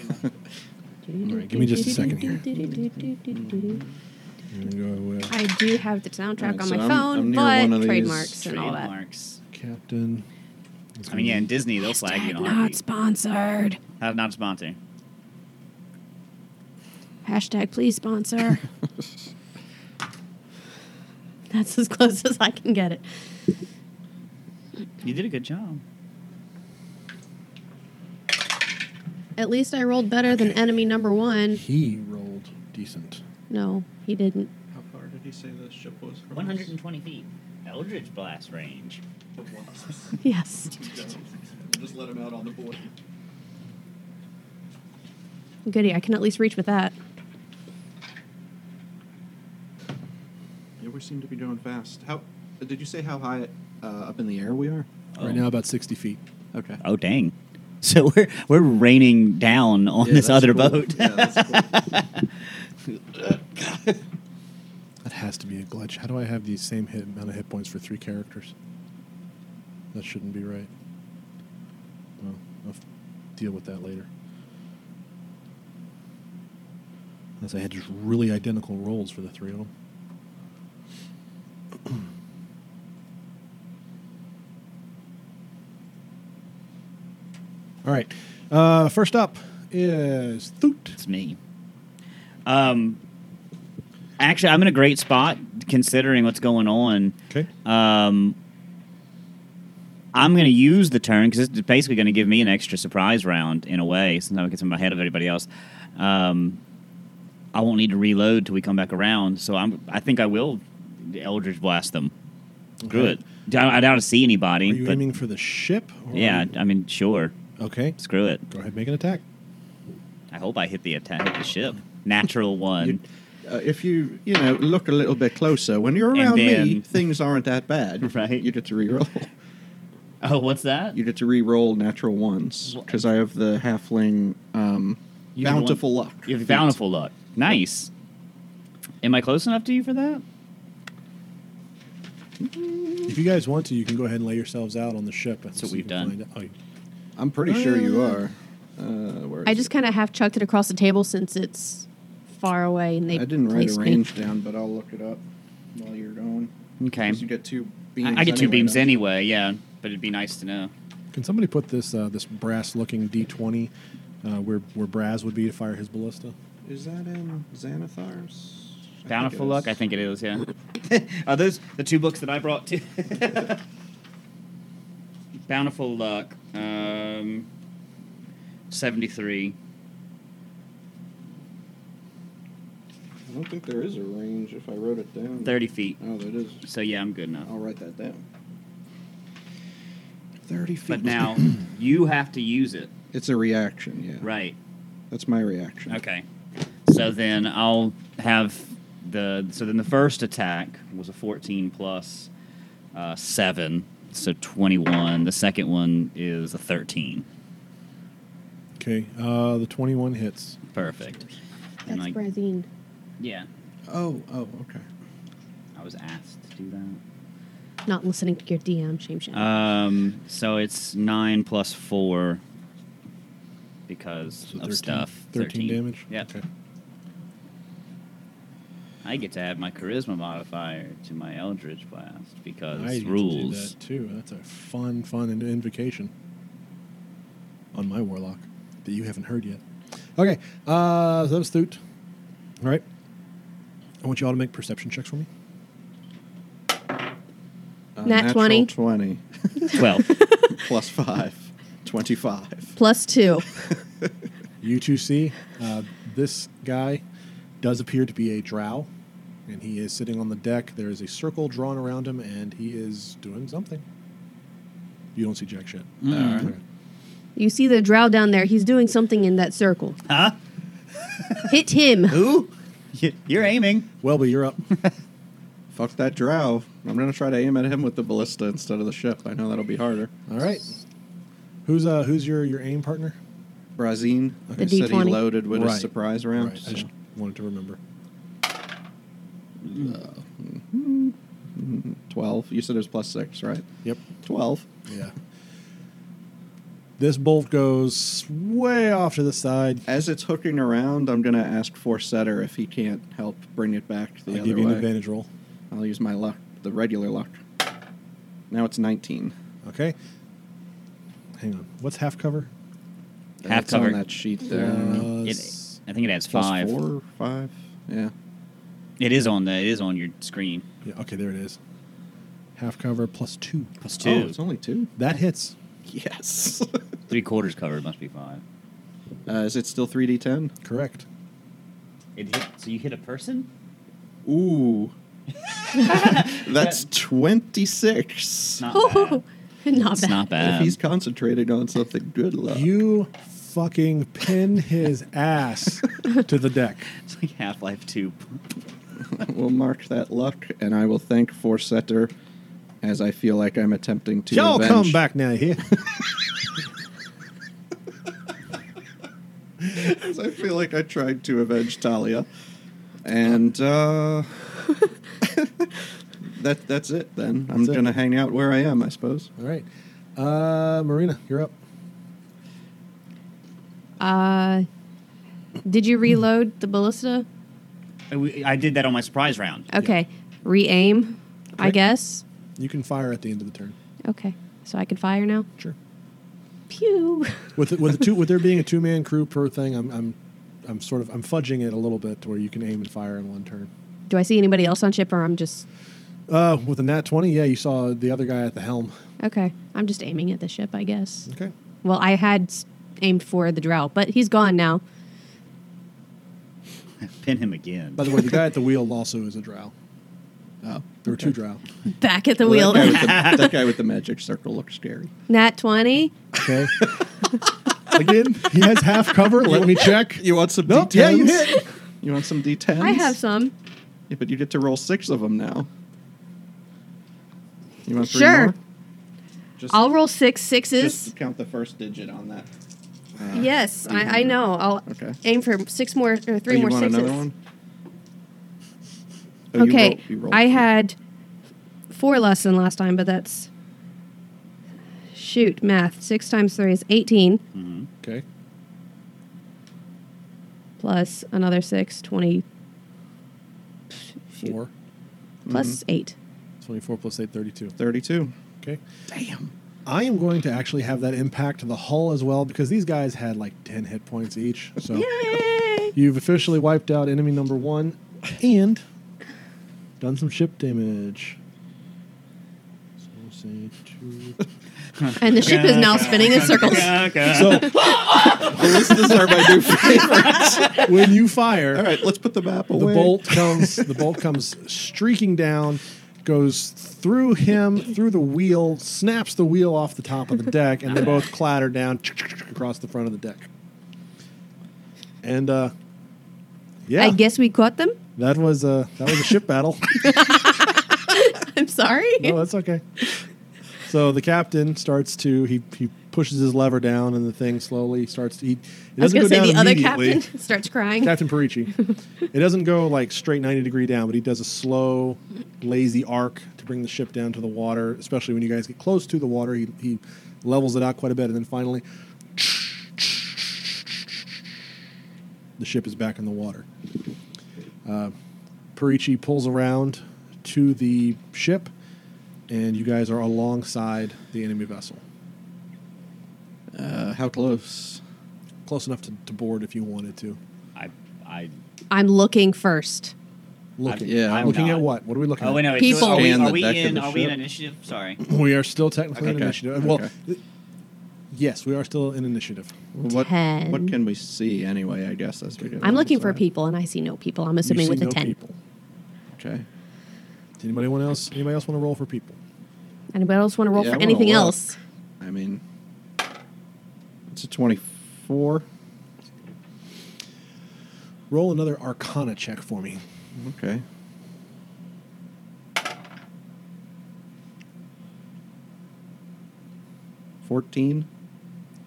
Speaker 4: In my
Speaker 3: right, give me just a second here. I'm going to go with
Speaker 1: I do have the soundtrack
Speaker 2: Alright,
Speaker 1: on
Speaker 2: so
Speaker 1: my
Speaker 2: I'm-
Speaker 1: phone,
Speaker 2: I'm near one of
Speaker 1: but
Speaker 2: these
Speaker 1: trademarks and all that.
Speaker 4: trademarks.
Speaker 3: Captain.
Speaker 4: I mean, yeah, in Disney they'll flag you
Speaker 1: Hashtag
Speaker 4: in a
Speaker 1: not
Speaker 4: heartbeat.
Speaker 1: sponsored.
Speaker 4: Not, not sponsor.
Speaker 1: Hashtag please sponsor. That's as close as I can get it.
Speaker 4: You did a good job.
Speaker 1: At least I rolled better than enemy number one.
Speaker 3: He rolled decent.
Speaker 1: No, he didn't.
Speaker 2: How far did he say the ship was from?
Speaker 4: 120 feet. Eldritch Blast range.
Speaker 1: Yes.
Speaker 2: Just let him out on the board.
Speaker 1: Goody, I can at least reach with that.
Speaker 2: Yeah, we seem to be doing fast. How did you say how high uh, up in the air we are?
Speaker 4: Oh.
Speaker 3: Right now, about 60 feet.
Speaker 2: Okay.
Speaker 4: Oh dang! So we're we're raining down on
Speaker 2: Yeah,
Speaker 4: this
Speaker 2: that's
Speaker 4: other
Speaker 2: cool.
Speaker 4: boat.
Speaker 2: Yeah, that's cool.
Speaker 3: That has to be a glitch. How do I have the same hit amount of hit points for three characters? That shouldn't be right. Well, I'll f- deal with that later. Unless I had just really identical rolls for the three of them. All right. Uh, first up is Thoot.
Speaker 4: It's me. Um, actually, I'm in a great spot considering what's going on.
Speaker 3: Okay.
Speaker 4: Um, I'm going to use the turn because it's basically going to give me an extra surprise round in a way, since I gets in my head of everybody else. Um, I won't need to reload till we come back around, so I'm. I think I will Eldritch blast them. Good. I, I doubt I see anybody.
Speaker 3: Are you
Speaker 4: but
Speaker 3: aiming for the ship? or are
Speaker 4: yeah,
Speaker 3: you-
Speaker 4: I mean, sure.
Speaker 3: Okay.
Speaker 4: Screw it.
Speaker 3: Go ahead, make an attack.
Speaker 4: I hope I hit the attack the ship. Natural one.
Speaker 2: You- uh, if you you know look a little bit closer when you're
Speaker 4: And
Speaker 2: around me,
Speaker 4: then-
Speaker 2: things aren't that bad.
Speaker 4: Right.
Speaker 2: You get to re-roll.
Speaker 4: Oh, what's that?
Speaker 2: You get to re-roll natural ones because I have the halfling um,
Speaker 4: You have the one-
Speaker 2: bountiful luck.
Speaker 4: You have bountiful luck. Nice. Am I close enough to you for that?
Speaker 3: If you guys want to, you can go ahead and lay yourselves out on the ship. and
Speaker 4: That's what
Speaker 3: see if
Speaker 4: we've
Speaker 3: you can
Speaker 4: done.
Speaker 3: find out- oh, you-
Speaker 2: I'm pretty sure you are. Uh, where
Speaker 1: I
Speaker 2: is
Speaker 1: just
Speaker 2: it?
Speaker 1: kind of half chucked it across the table since it's far away and they
Speaker 2: I didn't write
Speaker 1: placed
Speaker 2: a
Speaker 1: me.
Speaker 2: range down, but I'll look it up while you're going.
Speaker 4: Okay.
Speaker 2: 'Cause You get two beams.
Speaker 4: I, I get two
Speaker 2: anyway,
Speaker 4: beams
Speaker 2: don't you?
Speaker 4: anyway, yeah. But it'd be nice to know.
Speaker 3: Can somebody put this uh, this brass looking D twenty uh, where where Braz would be to fire his ballista?
Speaker 2: Is that in Xanathar's? I think
Speaker 4: Bountiful
Speaker 2: it
Speaker 4: luck,
Speaker 2: is.
Speaker 4: I think it is, yeah. Are those the two books that I brought too? Bountiful luck. Um, 73.
Speaker 2: I don't think there is a range if I wrote it down.
Speaker 4: 30 feet.
Speaker 2: Oh, that is.
Speaker 4: So yeah, I'm good enough.
Speaker 2: I'll write that down. 30 feet.
Speaker 4: But now you have to use it.
Speaker 2: It's a reaction, yeah.
Speaker 4: Right.
Speaker 2: That's my reaction.
Speaker 4: Okay. So then I'll have the. So then the first attack was a 14 plus uh, 7, so 21. The second one is a 13.
Speaker 3: Okay, uh, the twenty one hits.
Speaker 4: Perfect.
Speaker 1: That's
Speaker 4: And I-
Speaker 1: Brazine.
Speaker 4: yeah.
Speaker 2: Oh, oh, okay.
Speaker 4: I was asked to do that.
Speaker 1: Not listening to your DM, shame, shame.
Speaker 4: Um, so it's 9 plus 4 because
Speaker 3: So
Speaker 4: of stuff.
Speaker 3: 13 damage.
Speaker 4: Yeah.
Speaker 3: Okay.
Speaker 4: I get to add my charisma modifier to my Eldritch Blast because
Speaker 3: I get to do
Speaker 4: rules.
Speaker 3: that too. That's a fun fun in- invocation on my warlock that you haven't heard yet. Okay, uh, so that was Thoot. All right, I want you all to make perception checks for me.
Speaker 1: Nat
Speaker 2: Uh, Natural
Speaker 1: 20.
Speaker 2: 20
Speaker 4: Well,
Speaker 2: plus 5. 25.
Speaker 1: Plus two.
Speaker 3: You two see uh, this guy does appear to be a drow, and he is sitting on the deck. There is a circle drawn around him, and he is doing something. You don't see jack shit.
Speaker 2: Alright.
Speaker 1: You see the drow down there. He's doing something in that circle. Huh? Hit him.
Speaker 4: who? You- You're aiming.
Speaker 3: Well, but you're up.
Speaker 2: Fuck that drow. I'm going to try to aim at him with the ballista instead of the ship. I know that'll be harder.
Speaker 3: All right. Who's uh who's your your aim partner?
Speaker 2: Brazine
Speaker 1: The
Speaker 2: said he
Speaker 1: D20.
Speaker 2: loaded with a
Speaker 3: Right.
Speaker 2: surprise round.
Speaker 3: Right, I
Speaker 2: so-
Speaker 3: just wanted to remember.
Speaker 2: 12. You said it was plus 6, right?
Speaker 3: Yep.
Speaker 2: 12.
Speaker 3: Yeah. This bolt goes way off to the side.
Speaker 2: As it's hooking around, I'm going to ask Forsetter if he can't help bring it back the
Speaker 3: I
Speaker 2: other
Speaker 3: give you
Speaker 2: way.
Speaker 3: an advantage roll.
Speaker 2: I'll use my luck, the regular luck. Now it's 19.
Speaker 3: Okay. Hang on. What's half cover?
Speaker 4: Half
Speaker 2: It's on
Speaker 4: covered.
Speaker 2: that sheet there. I don't know.
Speaker 4: It,
Speaker 3: Uh, Plus-
Speaker 4: I think it adds
Speaker 2: Plus
Speaker 4: five.
Speaker 2: Four, five. Yeah.
Speaker 4: It is on the. It is on your screen.
Speaker 3: Yeah, okay, there it is. Half cover plus two.
Speaker 4: Plus two.
Speaker 2: Oh, it's only two.
Speaker 3: That hits.
Speaker 2: Yes.
Speaker 4: Three quarters covered must be five.
Speaker 2: uh, is it still 3d10?
Speaker 3: Correct.
Speaker 4: It hit, so you hit a person.
Speaker 2: Ooh. That's 26.
Speaker 4: Not
Speaker 1: Oh,
Speaker 4: bad.
Speaker 1: not
Speaker 4: It's
Speaker 1: bad.
Speaker 4: not
Speaker 2: if
Speaker 4: bad.
Speaker 2: he's concentrating on something, good luck.
Speaker 3: You fucking pin his ass to the deck.
Speaker 4: It's like Half Life Two.
Speaker 2: we'll mark that luck, and I will thank Forsetter as I feel like I'm attempting to
Speaker 3: Y'all
Speaker 2: avenge.
Speaker 3: come back now here.
Speaker 2: As I feel like I tried to avenge Talia. And uh, that that's it then. I'm
Speaker 3: That's it.
Speaker 2: going to hang out where I am, I suppose.
Speaker 3: All right. Uh Marina, you're up.
Speaker 1: Uh, did you reload the ballista?
Speaker 4: I- we- I did that on my surprise round.
Speaker 1: Okay. Re-aim, I
Speaker 3: Correct.
Speaker 1: guess.
Speaker 3: You can fire at the end of the turn.
Speaker 1: Okay. So I can fire now?
Speaker 3: Sure.
Speaker 1: Pew.
Speaker 3: With the- with the two with there being a two man crew per thing, I'm I'm I'm sort of I'm fudging it a little bit to where you can aim and fire in one turn.
Speaker 1: Do I see anybody else on ship or I'm just.
Speaker 3: Uh, with a nat twenty, yeah, you saw the other guy at the helm.
Speaker 1: Okay. I'm just aiming at the ship, I guess.
Speaker 3: Okay.
Speaker 1: Well, I had s- aimed for the drow, but he's gone now.
Speaker 4: Pin him again.
Speaker 3: By the way, the guy at the wheel also is a drow.
Speaker 2: Oh.
Speaker 3: There were two drow.
Speaker 1: Back at the
Speaker 2: Well,
Speaker 1: wheel.
Speaker 2: That guy, with the, that guy with the magic circle looks scary.
Speaker 1: Nat 20.
Speaker 3: Okay. Again, he has half cover. Let me check.
Speaker 2: You want some
Speaker 3: Nope,
Speaker 2: D10s?
Speaker 3: yeah, you hit.
Speaker 2: You want some D10s?
Speaker 1: I have some.
Speaker 2: Yeah, but you get to roll six of them now. You want three
Speaker 1: Sure.
Speaker 2: more? Just,
Speaker 1: I'll roll six sixes.
Speaker 2: just count the first digit on that. Uh,
Speaker 1: yes, I, I know. I'll
Speaker 2: Okay.
Speaker 1: aim for six more or three
Speaker 2: Oh, you
Speaker 1: more
Speaker 2: want
Speaker 1: sixes.
Speaker 2: another one? Oh, you
Speaker 1: okay,
Speaker 2: roll- you roll
Speaker 1: I
Speaker 2: three.
Speaker 1: had four less than last time, but that's shoot math. Six times three is 18
Speaker 2: Mm-hmm.
Speaker 3: Okay.
Speaker 1: plus another six, 20 shoot,
Speaker 3: Four.
Speaker 1: plus
Speaker 2: Mm-hmm.
Speaker 1: eight.
Speaker 3: 24 plus 8, 32.
Speaker 2: 32.
Speaker 3: Okay.
Speaker 2: Damn.
Speaker 3: I am going to actually have that impact to the hull as well because these guys had like 10 hit points each. So
Speaker 1: Yay!
Speaker 3: you've officially wiped out enemy number one and done some ship damage. So say two.
Speaker 1: And the ship is now spinning in circles.
Speaker 3: So
Speaker 2: Ballistas are my new favorite.
Speaker 3: when you fire,
Speaker 2: All right, let's put the map away.
Speaker 3: the bolt comes the bolt comes streaking down goes through him through the wheel snaps the wheel off the top of the deck and they both clatter down across the front of the deck and uh yeah
Speaker 1: I guess we caught them.
Speaker 3: that was a that was a ship battle
Speaker 1: I'm sorry.
Speaker 3: no that's okay so the captain starts to he he pushes his lever down and the thing slowly starts to he, it
Speaker 1: I was
Speaker 3: doesn't
Speaker 1: going
Speaker 3: go
Speaker 1: to
Speaker 3: down
Speaker 1: say the other
Speaker 3: immediately.
Speaker 1: captain starts crying.
Speaker 3: Captain Perici. it doesn't go like straight 90 degree down, but he does a slow, lazy arc to bring the ship down to the water, especially when you guys get close to the water. He, he levels it out quite a bit, and then finally, the ship is back in the water. Uh, Perici pulls around to the ship, and you guys are alongside the enemy vessel.
Speaker 2: Uh, how close?
Speaker 3: Close enough to, to board if you wanted to.
Speaker 4: I, I,
Speaker 1: I'm looking first.
Speaker 3: Looking,
Speaker 2: yeah. I'm
Speaker 3: looking
Speaker 4: not.
Speaker 3: at what? What are we looking
Speaker 4: Oh, wait,
Speaker 3: at?
Speaker 4: no. it's-
Speaker 1: People.
Speaker 4: Are we,
Speaker 2: And
Speaker 4: are
Speaker 2: the
Speaker 4: we
Speaker 2: deck of
Speaker 4: in,
Speaker 2: the
Speaker 4: are we in
Speaker 2: ship.
Speaker 4: initiative? Sorry.
Speaker 3: We are still technically in
Speaker 2: Okay.
Speaker 3: initiative. Well,
Speaker 2: Okay.
Speaker 3: th- yes, we are still in initiative.
Speaker 2: What,
Speaker 1: Ten.
Speaker 2: what can we see anyway? I guess that's what
Speaker 1: I'm looking for
Speaker 2: Alright.
Speaker 1: people, and I see no people. I'm
Speaker 3: You
Speaker 1: assuming
Speaker 3: see
Speaker 1: with a
Speaker 3: no
Speaker 1: ten.
Speaker 3: People.
Speaker 2: Okay.
Speaker 3: Does anybody want else? Anybody else want to roll for people?
Speaker 1: Anybody else want to roll
Speaker 2: Yeah, I
Speaker 1: for
Speaker 2: wanna
Speaker 1: anything
Speaker 2: look.
Speaker 1: else?
Speaker 2: I mean, it's a 24.
Speaker 3: Roll another Arcana check for me.
Speaker 2: Okay. Fourteen.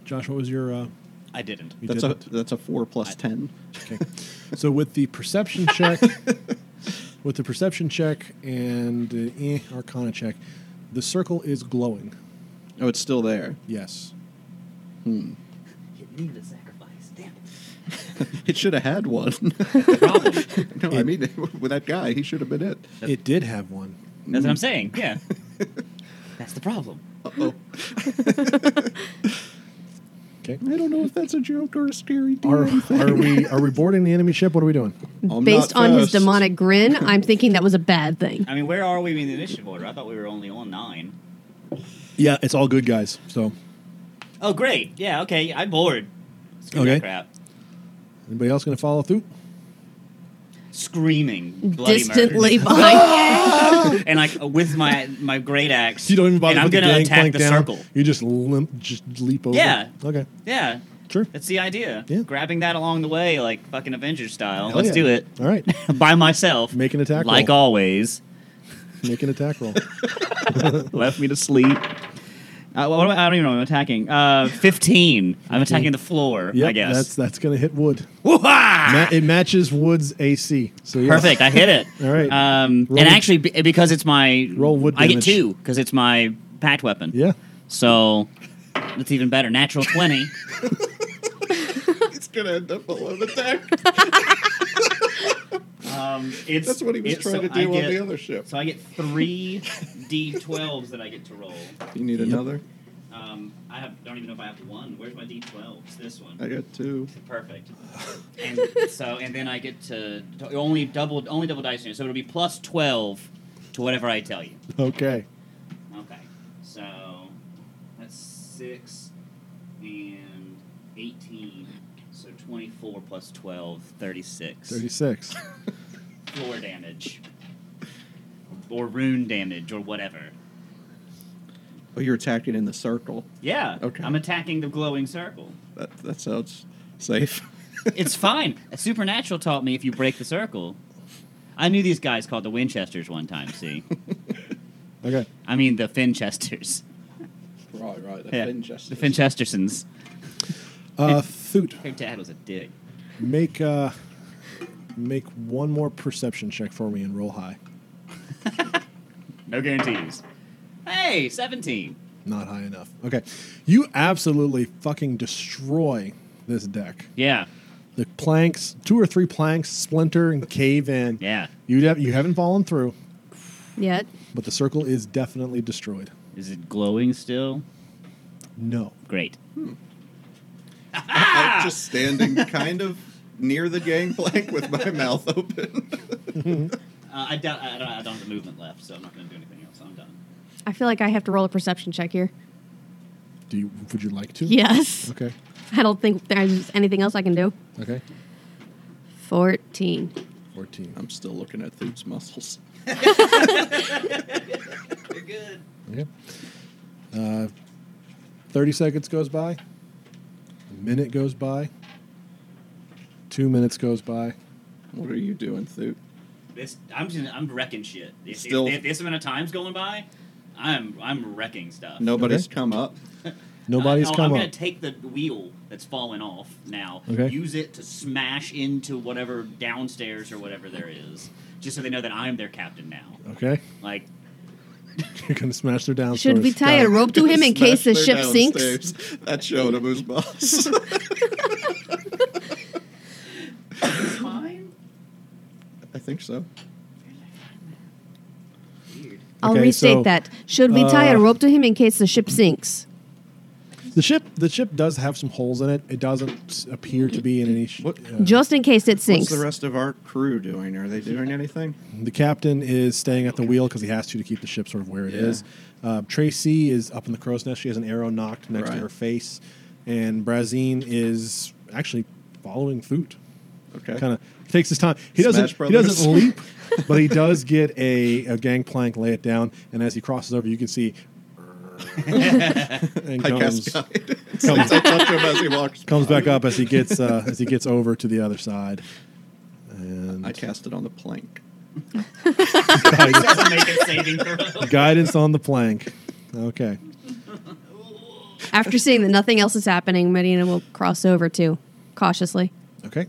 Speaker 3: Josh, what was your? Uh,
Speaker 4: I didn't.
Speaker 3: you
Speaker 2: that's
Speaker 3: didn't.
Speaker 2: a that's a four plus ten.
Speaker 3: Okay. so with the perception check, with the perception check and uh, eh, Arcana check, the circle is glowing.
Speaker 2: Oh, it's still there.
Speaker 3: Yes.
Speaker 4: You knew the sacrifice. Damn it.
Speaker 2: It should have had one.
Speaker 4: Problem. That's
Speaker 2: no, I mean with that guy, he should have been it.
Speaker 3: It did have one.
Speaker 4: what I'm saying. Yeah. That's the problem.
Speaker 2: Uh-oh.
Speaker 3: Okay.
Speaker 2: I don't know if that's a joke or a scary
Speaker 3: Are,
Speaker 2: deal.
Speaker 3: are we are we boarding the enemy ship? What are we doing?
Speaker 2: I'm
Speaker 1: Based
Speaker 2: not
Speaker 1: on his
Speaker 2: fast.
Speaker 1: demonic grin, I'm thinking that was a bad thing.
Speaker 4: I mean, where are we in the initiative order? I thought we were only on nine.
Speaker 3: Yeah, it's all good guys. So
Speaker 4: Oh, great. Yeah, okay. I'm bored. Screw
Speaker 3: Okay.
Speaker 4: that crap.
Speaker 3: anybody else going to follow through?
Speaker 4: Screaming. Bloody
Speaker 1: Distantly behind.
Speaker 4: murder. And like with my my great axe.
Speaker 3: You don't even bother.
Speaker 4: And I'm
Speaker 3: put the
Speaker 4: gonna attack
Speaker 3: gangplank
Speaker 4: the
Speaker 3: down.
Speaker 4: circle.
Speaker 3: You just limp, just leap over.
Speaker 4: Yeah.
Speaker 3: Okay.
Speaker 4: Yeah.
Speaker 3: Sure.
Speaker 4: That's the idea.
Speaker 3: Yeah.
Speaker 4: Grabbing that along the way, like fucking Avengers style.
Speaker 3: Hell
Speaker 4: Let's
Speaker 3: Oh, yeah.
Speaker 4: do it.
Speaker 3: All right.
Speaker 4: By myself.
Speaker 3: Make an attack
Speaker 4: Like
Speaker 3: roll.
Speaker 4: always.
Speaker 3: Make an attack roll.
Speaker 4: Left me to sleep. Uh, what am I, I don't even know what I'm attacking. Uh, 15. I'm attacking the floor,
Speaker 3: Yep,
Speaker 4: I guess.
Speaker 3: That's that's going to hit wood.
Speaker 4: Woo-ha!
Speaker 3: Ma- it matches wood's AC. So yes.
Speaker 4: Perfect. I hit it.
Speaker 3: All right.
Speaker 4: Um,
Speaker 3: Roll wood-
Speaker 4: and actually, be- because it's my
Speaker 3: Roll wood
Speaker 4: I get
Speaker 3: damage.
Speaker 4: two because it's my packed weapon.
Speaker 3: Yeah.
Speaker 4: So that's even better. Natural twenty.
Speaker 2: It's gonna end up below the deck.
Speaker 4: um, it's
Speaker 2: That's what he was
Speaker 4: it's-
Speaker 2: trying
Speaker 4: so
Speaker 2: to
Speaker 4: I
Speaker 2: do on
Speaker 4: get-
Speaker 2: the other ship.
Speaker 4: So I get three d12s that I get to roll.
Speaker 2: You need
Speaker 3: Yep.
Speaker 2: another?
Speaker 4: Um, I have, don't even know if I have one. Where's my d12? It's this one.
Speaker 2: I got two.
Speaker 4: Perfect. And so, and then I get to to- only double only double dice here, so it'll be plus twelve to whatever I tell you.
Speaker 3: Okay.
Speaker 4: Okay. So that's six and 18. So 24 plus 12, 36.
Speaker 3: 36.
Speaker 4: Floor damage. Or rune damage or whatever.
Speaker 2: Oh, you're attacking in the circle.
Speaker 4: Yeah.
Speaker 2: Okay.
Speaker 4: I'm attacking the glowing circle.
Speaker 2: That that sounds safe.
Speaker 4: It's fine. Supernatural taught me if you break the circle. I knew these guys called the Winchesters one time, see?
Speaker 3: Okay.
Speaker 4: I mean, the Finchesters.
Speaker 2: right, right. The
Speaker 4: Yeah.
Speaker 2: Finchester.
Speaker 4: The Finchestersons.
Speaker 3: Uh, Thoot,
Speaker 4: Their dad was a dick.
Speaker 3: make uh, make one more perception check for me and roll high.
Speaker 4: No guarantees. Hey, 17.
Speaker 3: Not high enough. Okay. You absolutely fucking destroy this deck.
Speaker 4: Yeah.
Speaker 3: The planks, two or three planks, splinter and cave in.
Speaker 4: Yeah.
Speaker 3: You have you haven't fallen through,
Speaker 1: Yet.
Speaker 3: but the circle is definitely destroyed.
Speaker 4: Is it glowing still?
Speaker 3: No.
Speaker 4: Great.
Speaker 2: I'm just standing kind of near the gangplank with my mouth open.
Speaker 4: Uh, I, doubt, I, don't, I don't have the movement left, so I'm not going to do anything else. I'm done.
Speaker 1: I feel like I have to roll a perception check here.
Speaker 3: Do you would you like to?
Speaker 1: Yes.
Speaker 3: Okay.
Speaker 1: I don't think there's anything else I can do.
Speaker 3: Okay.
Speaker 1: 14.
Speaker 3: 14.
Speaker 2: I'm still looking at Thoop's muscles.
Speaker 4: You're good.
Speaker 3: Okay. Uh, 30 seconds goes by. A minute goes by. Two minutes goes by.
Speaker 2: What are you doing, Thoop?
Speaker 4: This, I'm just, I'm wrecking shit. If,
Speaker 2: Still-
Speaker 4: Still, if, if this amount of time's going by, I'm I'm wrecking stuff.
Speaker 2: Nobody's
Speaker 3: Okay.
Speaker 2: come up.
Speaker 3: Nobody's
Speaker 4: I,
Speaker 3: come
Speaker 4: I'm
Speaker 3: up.
Speaker 4: gonna take the wheel that's fallen off now.
Speaker 3: Okay.
Speaker 4: Use it to smash into whatever downstairs or whatever there is, just so they know that I'm their captain now.
Speaker 3: okay.
Speaker 4: Like,
Speaker 3: You're going to smash their down.
Speaker 1: Should we tie a rope to him in case the
Speaker 2: Smash
Speaker 1: ship
Speaker 2: their
Speaker 1: sinks?
Speaker 2: downstairs. That showed him who's boss.
Speaker 4: time.
Speaker 2: I think so.
Speaker 4: Weird.
Speaker 1: I'll
Speaker 3: Okay,
Speaker 1: restate
Speaker 3: so,
Speaker 1: that. Should we tie
Speaker 3: uh,
Speaker 1: a rope to him in case the ship sinks?
Speaker 3: The ship, the ship does have some holes in it. It doesn't appear to be in any. Sh-
Speaker 2: What-
Speaker 3: uh,
Speaker 5: Just in case it sinks.
Speaker 2: What's the rest of our crew doing? Are they doing anything?
Speaker 3: The captain is staying at the wheel because he has to to keep the ship sort of where it
Speaker 2: Yeah.
Speaker 3: is. Uh, Tracy is up in the crow's nest. She has an arrow knocked next to
Speaker 2: Right.
Speaker 3: her face, and Brazine is actually following Foot.
Speaker 2: Okay.
Speaker 3: Kind of takes his time. He doesn't.
Speaker 2: Smash
Speaker 3: He doesn't
Speaker 2: Brothers.
Speaker 3: leap, but he does get a, a gangplank, lay it down, and as he crosses over, you can see. and comes,
Speaker 2: Podcast guy.
Speaker 3: comes,
Speaker 2: I talked to him as he walks.
Speaker 3: comes back up as he gets uh, as he gets over to the other side. And
Speaker 2: I cast it on the plank.
Speaker 4: Doesn't make it saving throw.
Speaker 3: guidance on the plank. Okay.
Speaker 1: After seeing that nothing else is happening, Medina will cross over too, cautiously.
Speaker 3: Okay.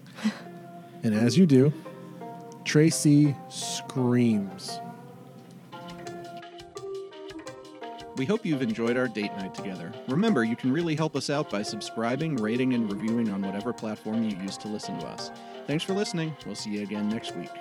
Speaker 3: And as you do, Tracy screams.
Speaker 2: We hope you've enjoyed our date night together. Remember, you can really help us out by subscribing, rating, and reviewing on whatever platform you use to listen to us. Thanks for listening. We'll see you again next week.